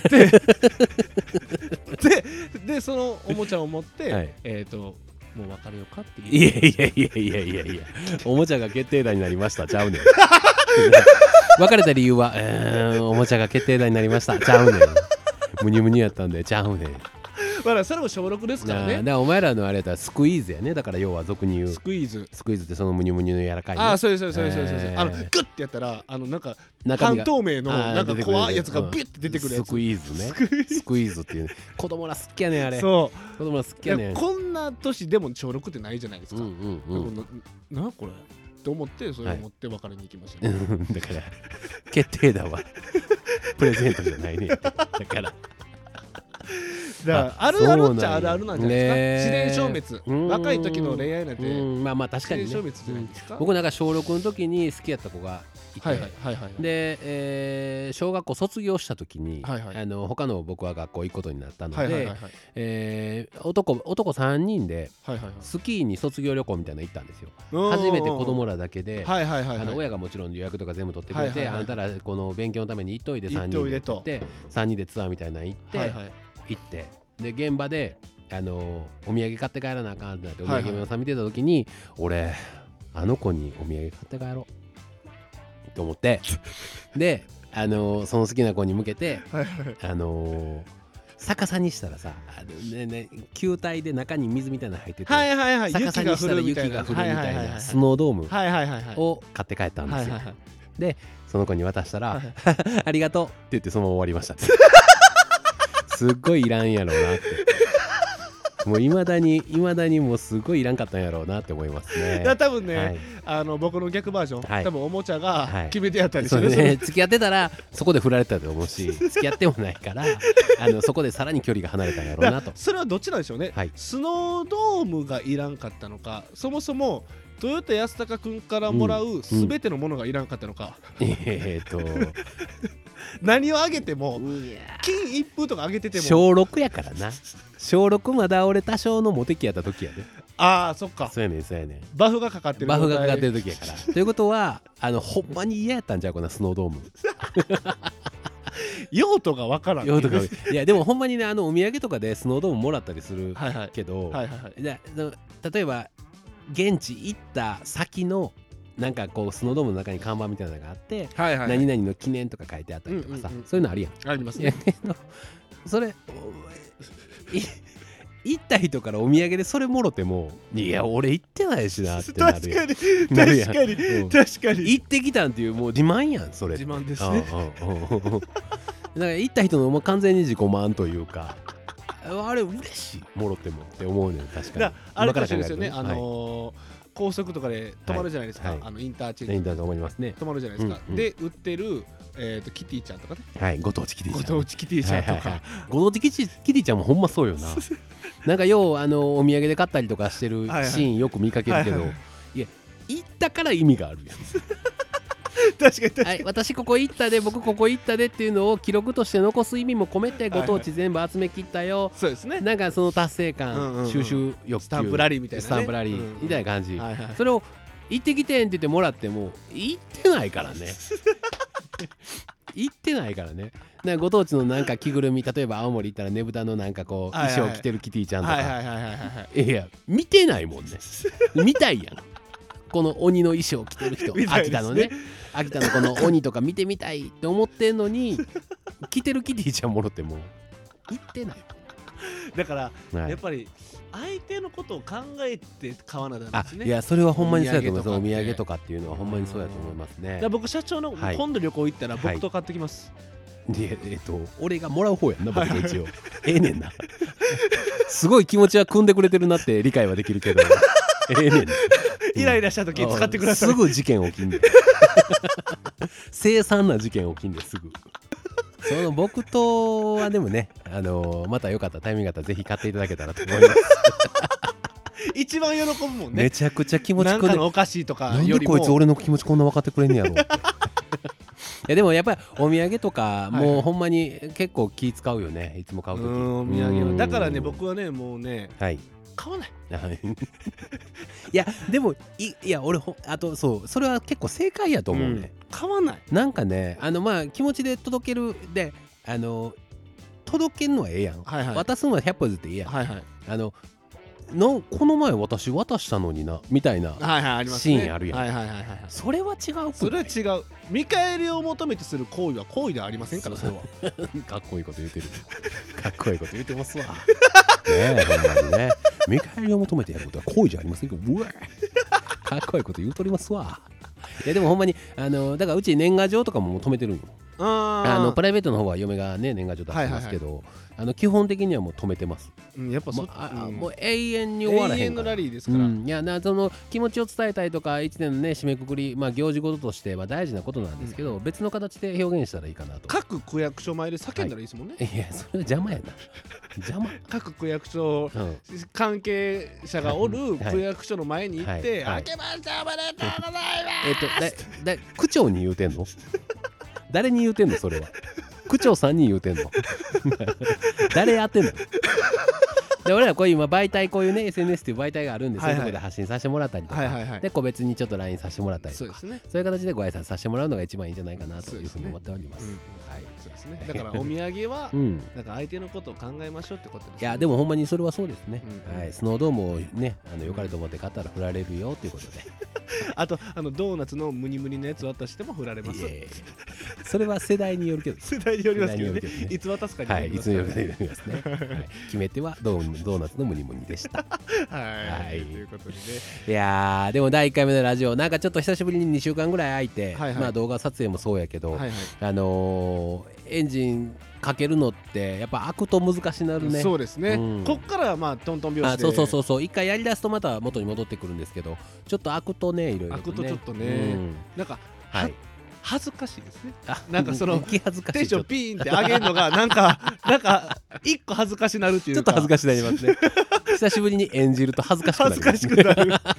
A: ってででそのおもちゃを持って、
B: はい
A: えっ、ともう別れようかって
B: い
A: いう
B: やいやいやいやいやいやおもちゃが決定打になりましたちゃうねん 別れた理由は、えーん、おもちゃが決定打になりましたちゃうねんむにゅむにゅやったんでちゃうねん
A: まあそれも小6ですか
B: あ
A: ら
B: ーだ
A: ね
B: からお前らのあれやったらスクイーズやねだから要は俗に言う
A: スクイーズ
B: スクイーズってそのムニュムニュの柔らかい、ね、
A: ああそうですそうですそうですそうです、
B: えー
A: あのグッてやったらあのなんか
B: 中
A: 半
B: 身が
A: 透明の
B: あー
A: なんか
B: 出てくる
A: 怖いやつが
B: うん
A: ビュッて出てくるや
B: スク
A: つ
B: イーズね
A: クイ
B: スクイーズっていう、ね、子供ら好きやねんあれ子
A: そ
B: 供ら好
A: う
B: き
A: い
B: やね
A: や
B: ん
A: こんな年でも小6ってないじゃないです
B: うん
A: か、
B: うん
A: で
B: う
A: も
B: ん
A: ななこれって思ってそれを持って別れに行きました
B: う
A: ね、
B: ん だから決定打はプレゼントじゃないねだから
A: だからあるあるっちゃあるあるなんじゃないですか、
B: ね
A: 自然消
B: うん
A: 滅若い時の恋愛なんて、
B: うんまあまあ確かに
A: 自
B: ね
A: 然消滅じゃないですか、
B: 僕なんか小6の時に好きやった子がいて、
A: はいはいはいはい
B: で、えー小学校卒業した時に、
A: はいはい
B: あの他の僕は学校行くことになったので、
A: はいはいはいはいはい
B: えー男男3人で
A: はいはい
B: スキーに卒業旅行みたいなの行ったんですよ
A: うん
B: 初めて子供らだけで、
A: はいはいはいは
B: あ
A: い
B: の親がもちろん予約とか全部取ってくれて、
A: はいはいはい
B: あんたらこの勉強のために行っといで3人で
A: 行っとい
B: で3人でツアーみたいなの行って、
A: はいはい
B: 行ってで現場で、あのーお土産買って帰らなあかんってなってお土
A: はいはい
B: 産屋さん見てた時に、俺あの子にお土産買って帰ろうと思ってで、あのーその好きな子に向けて
A: はいはい
B: あのー逆さにしたらさあのねね球体で中に水みたいなの入ってて、
A: はいはいはい
B: 逆さ
A: 雪
B: に
A: が
B: し
A: 降
B: たら
A: るみ
B: 雪
A: たいな
B: が降るみたい
A: はいはいはいは
B: ないスノードーム
A: はいはいはいはい
B: を買って帰ったんですよ、
A: はいはいはい
B: その子に渡したら
A: は
B: 「
A: い
B: ありがとう」って言ってそのまま終わりました すっごいいらんやろうなってもういまだにいまだにもうすごいいらんかったんやろうなって思いますね
A: だから多分ね、
B: はい
A: あの僕の逆バージョン、
B: はい
A: 多分おもちゃ
B: は
A: が
B: い
A: 決めてやったりす
B: そう
A: る、
B: ね、付き合ってたらそこで振られたと思うし付き合ってもないからあのそこでさらに距離が離れたんやろう
A: だ
B: な
A: か
B: と
A: らそれはどっちなんでしょうね、
B: はい
A: スノードームがいらんかったのかそもそも豊田康隆君からもらうすべてのものがいらんかったのか、
B: えーっと
A: 何をあげても金一封とかあげてても
B: 小6やからな小6まだ俺多少のモテ期やった時やで
A: ああそっか
B: そうやねんそうやね
A: バフがかかって
B: ん
A: る
B: バフがかかってる時やからということはあのほんまに嫌やったんじゃうこのスノードーム
A: 用途がわからん
B: 用途がいやでもほんまにねあのお土産とかでスノードームもらったりする
A: はいはい
B: け
A: は
B: ど、
A: いはいはい
B: だだ例えば現地行った先のなんかこうスノードームの中に看板みたいなのがあって、
A: はいはいはい
B: 何々の記念とか書いてあったりとかさ、
A: うんうんうん
B: そういうのあるやん。
A: あります
B: いや
A: ね
B: けどそれおい行った人からお土産でそれもろてもいや俺行ってないしなって
A: 確
B: な
A: か
B: る
A: に
B: やん。
A: 確
B: なるやん
A: かに
B: うん
A: 確かに
B: 行ってきたんっていうもう自慢やんそれ
A: 自慢ですね
B: うんうんうんうんだから行った人のもう完全に自己満というかあれ嬉しいもろてもって思うねん確か
A: だ
B: に
A: あれ
B: 今
A: からもしれないです
B: 考えると
A: よね、あ
B: はい
A: のー高速とかで止まるじゃないですか、
B: はいはい
A: あのインターチェン
B: いい
A: ジ
B: んだと思いますね
A: 止まるじゃないですか、
B: うんうん
A: で売ってる、えー、とキティちゃんとかね
B: はいご当地キティ
A: ご
B: ちゃん
A: 当地キティち
B: は
A: ゃ
B: い
A: んと
B: はい
A: か、
B: はい ご当地キティキティちゃんもほんまそうよ ななんかようあのお土産で買ったりとかしてるシ
A: はいはい
B: ーンよく見かけるけど
A: はいはい
B: いや行ったから意味があるやん
A: 確かに確か
B: はい、私ここ行ったで僕ここ行ったでっていうのを記録として残す意味も込め
A: は
B: て
A: いはい
B: ご当地全部集めきったよ、
A: そうですね
B: なんかその達成感、
A: うんうんうん
B: 収集欲求
A: スタンプラリーみたいなね
B: スタンプラリーみたいな感じ、
A: はいはい
B: それを行ってきてんって言ってもらっても行ってないか らね行ってないからねなんかご当地のなんか着ぐるみ例えば青森行ったらねぶたのなんかこう
A: はいはい
B: 衣装着てるキティちゃんとか、
A: はいはいはいはいはい
B: いや見てないもんね見たいやんこの鬼の衣装着てる人、
A: 見たいですね
B: 秋田のね秋田のこの鬼とか見てみたいって思ってんのに着てるキティちゃんもろってもう行ってない、
A: だから、
B: はい
A: やっぱり相手のことを考えて買わなダメ
B: あ
A: ですね
B: いやそれはほんまにそうやと思います
A: お土
B: お
A: 産とかって
B: 土産とかっていうのはほんまにそうやと思いますね
A: だから僕社長の、
B: はい
A: 今度旅行行ったら
B: はい
A: 僕と買ってきます、
B: でえっと俺がもらう方やんな僕が一応ええねんなすごい気持ちは組んでくれてるなって理解はできるけどええねん な
A: イライラした時に使ってくださ
B: あ
A: い
B: すぐ事件起きんで凄惨な事件起きんですぐその僕とはでもね、あのーまたよかったらタイミングがあったらぜひ買っていただけたらと思います、
A: 一番喜ぶもんね
B: めちゃくちゃ気持ち
A: なん
B: くね
A: かのお菓子とか
B: なん
A: よ
B: で
A: りも
B: こいつ俺の気持ちこんな分かってくれんねやろって いやでもやっぱりお土産とか
A: はいは
B: も
A: いう
B: ほんまに結構気使うよねいつも買う時
A: うんお土産
B: う
A: は
B: ん
A: だからね僕はねもうね
B: はい
A: 買わない
B: はいいやでもいいや俺ほんあとそうそれは結構正解やと思うね、
A: 買わない
B: なんかねあのまあ気持ちで届けるであの届けんのはええやん、
A: はいはい
B: 渡すのは100歩ずっていいやん、
A: はいはい
B: あののこの前私渡したのになみたいな
A: はいはいありますね
B: シーンあるやん
A: はいはいはいはいはい
B: それは違うくない
A: それは違う見返りを求めてする行為は行為ではありませんからそれは
B: かっこいいこと言うてる かっこいいこと言うてますわねえほんまにね見返りを求めてやることは行為じゃありませんけどうわかっこいいこと言うとりますわいやでもほんまにあのだからうち年賀状とかも求めてるんよ あ
A: あ
B: のプライベートの方は嫁がね年賀状出してますけど、あの基本的にはもう止めてます。
A: うんやっぱ
B: も
A: そう
B: あ
A: うん
B: もう永遠に終わら
A: 永
B: へん
A: 遠
B: か
A: の
B: ら
A: ラ。リーです
B: う
A: から
B: ん、いやなその気持ちを伝えたいとか一年のね締めくくり、まあ、行事事としては大事なことなんですけど、別の形で表現したらいいかなと。
A: 各区役所前で叫んだらいいですもんね
B: いやそれは邪魔やな邪魔、
A: 各区役所
B: うん、
A: 関係者がおる
B: はい
A: 区役所の前に行って「
B: はいはい
A: 明けましておめでとうございます
B: えっ、とだだ区長に言うてんの誰に言うてんのそれは区長さんに言うてんの 誰やってんの で俺らこういう今媒体こういうね SNS っていう媒体があるんで、
A: はいはい
B: そういうとこで発信させてもらったりとか、
A: はいはいはい
B: で個別にちょっと LINE させてもらった」り
A: そ
B: と
A: うで
B: か
A: すね
B: そういう形でご挨拶させてもらうのが一番いいんじゃないかなと
A: そう
B: い
A: で
B: う
A: す
B: ふう
A: ね
B: に思っております。
A: うん
B: はい
A: そうですねだからお土産は
B: うん
A: なんか相手のことを考えましょうってことですね
B: いやでもほんまにそれはそうですね、
A: うん
B: はい、スノードームをねあのよかれと思って買ったら振られるよということで
A: あとあのドーナツのムニムニのやつ渡しても振られます
B: いやいやいやそれは世代によるけど
A: 世代によりますけどね
B: 世代によるけどね
A: いつ渡すかによ
B: はい、
A: り
B: い
A: ま
B: つ
A: す
B: に
A: か
B: よ
A: ら
B: るかによりますね、はい、決め手はドードーナツのムニムニでした
A: はい、
B: はい
A: ということでね
B: いやーでも第1回目のラジオなんかちょっと久しぶりに2週間ぐらい空いて、
A: はいはい
B: まあ動画撮影もそうやけど、
A: はい
B: あのーエンジンかけるのってやっぱ開くと難しなるね
A: そうですね、
B: うん
A: こっからはまあトントン拍
B: あ
A: 子で
B: そうそうそうそう一回やりだすとまた元に戻ってくるんですけどちょっと開くとねいろいろ、ね、
A: 開くとちょっとね
B: うん
A: なんか
B: はい
A: 恥ずかしいですね
B: あ
A: なんかそ の
B: 気恥ずかし
A: テン
B: い
A: シ
B: ち
A: ョ
B: ょ
A: ン
B: っと
A: ピーンって上げるのがなんかなんか一個恥ずかしなるってい
B: ち
A: う
B: ょっと
A: か
B: 恥ずかしくなりますね久しぶりに演じると恥ずかしくな
A: 恥
B: り
A: ず
B: ま
A: か
B: す
A: しくなるだか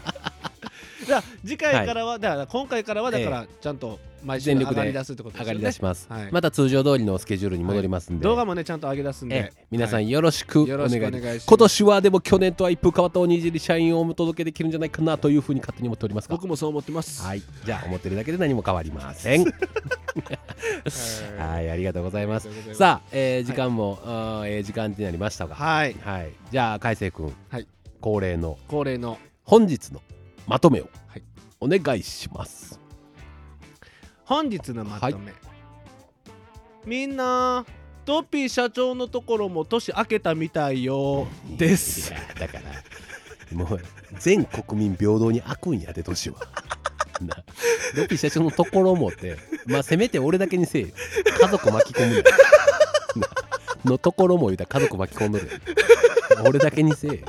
A: ら次回からは、だから今回からはだからちゃんと毎週
B: 全力
A: 上がり
B: で
A: 出すってことで
B: 上
A: す
B: が
A: よね
B: り出します、
A: はい
B: また通常通りのスケジュールに戻りますんで、
A: 動画もねちゃんと上げ出すん
B: え
A: で
B: え皆さ
A: は
B: ん
A: い
B: よろしくお
A: よ
B: 願
A: ろ
B: い
A: し
B: し
A: くお
B: ま
A: 願いします
B: す今年はでも去年とは一風変わったおにじり社員をお届けできるんじゃないかなというふうに勝手に思っておりますが
A: 僕もそう思ってます
B: はいじゃあ思ってるだけで何も変わりま せん
A: は
B: はいありがとうございます
A: ありがとうございます
B: さあ、えー時間も、あーええ時間になりましたが
A: はい
B: はいじゃあ海星君、
A: はい
B: 恒例の
A: 恒例の
B: 本日のまとめを
A: はい
B: お願いします、
A: 本日のまとめ、みんなトッピー社長のところも年明けたみたいよです
B: いやだからもう全国民平等に開くんやで年はなロピー社長のところもってまあせめて俺だけにせえよ家族巻き込むななのところも言うたら家族巻き込んどるやん俺だけにせえよ、はい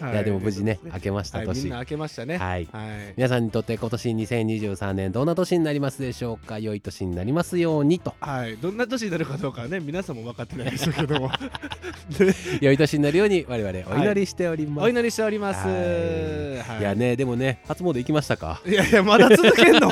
B: いやでも無事ね明けました
A: はい、みん
B: 年
A: な明けましたね
B: はい
A: はい
B: 皆さんにとって今年2023年どんな年になりますでしょうか良い年になりますように と
A: はいどんな年になるかどうかはね皆さんも分かってないですけども
B: 良い年になるように我々お祈りしており ます、
A: お
B: い
A: 祈りしております
B: はい
A: はい
B: いやねでもね初詣行きましたか
A: いやいやまだ続けん の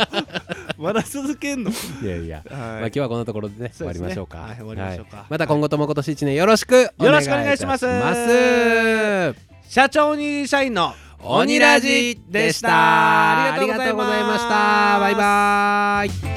A: まだ続けんの
B: いやいやまあ、
A: は
B: 今日はこんなところでね終
A: そう
B: わ
A: です
B: り
A: ね
B: ましょうか、
A: はい終わりましょうか
B: また今後とも今年一年よろしくお願いいたします
A: よろしくお願いします
B: ます
A: 社長に社員の
B: 鬼ラジでした
A: あ
B: あ
A: り
B: り
A: がと
B: がと
A: う
B: う
A: ご
B: ご
A: ざ
B: ざ
A: い
B: い
A: ま
B: ま
A: し
B: したたバイバイ